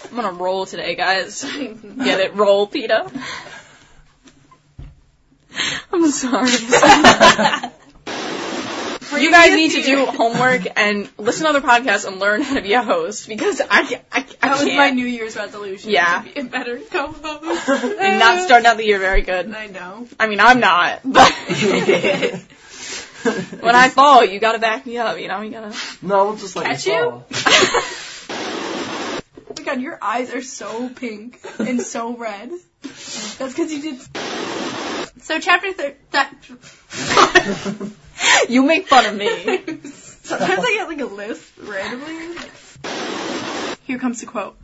B: I'm gonna roll today, guys. Get it? Roll, PETA. I'm sorry. you guys need to do homework and listen to other podcasts and learn how to be a host because I, ca- I, ca- I
C: That was
B: can't.
C: my New Year's resolution.
B: Yeah.
C: To be a better co-host.
B: and not starting out the year very good.
C: I know.
B: I mean, I'm not, but when I fall, you gotta back me up, you know? You gotta.
A: no, we'll just let
C: Catch
A: you
C: you?
A: fall.
C: Oh my god, your eyes are so pink and so red. That's because you did. So chapter thir- that.
B: You make fun of me.
C: Sometimes I get like a list randomly. Here comes the quote.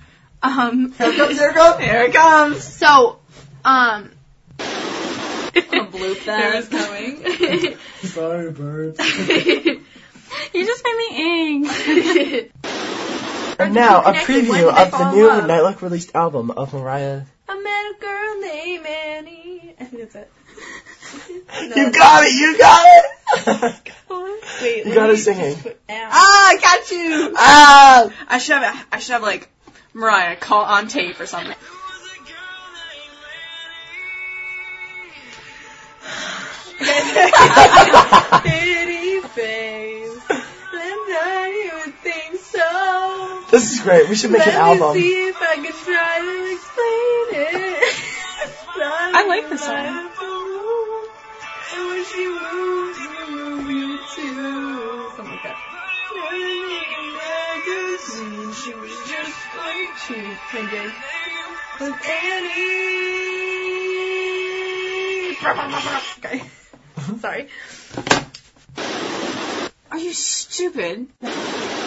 C: Um.
A: Here it comes, here it comes.
B: Here it comes.
C: So, um.
B: I'll bloop that.
C: There is going.
A: Sorry, birds.
B: You just made me angry.
A: And now, uh, a
C: Connected,
A: preview
C: when did they
A: of the
C: fall in
A: new
C: love?
A: Nightlock released album of Mariah.
C: I met a girl named Annie. I think that's it.
A: You got it! You got it!
C: Wait,
A: you got it singing.
B: ah, I got you.
A: Ah!
B: I should have. I should have like Mariah call on tape or something.
C: pretty face. And I would think so.
A: This is great. We should make an
C: Let
A: album.
C: me see if I can try to explain it.
B: I like this song.
C: And when she moves, you move you too. Something like that. Magazine, she was just like she was thinking. With Annie. Okay. Sorry.
B: Are you stupid?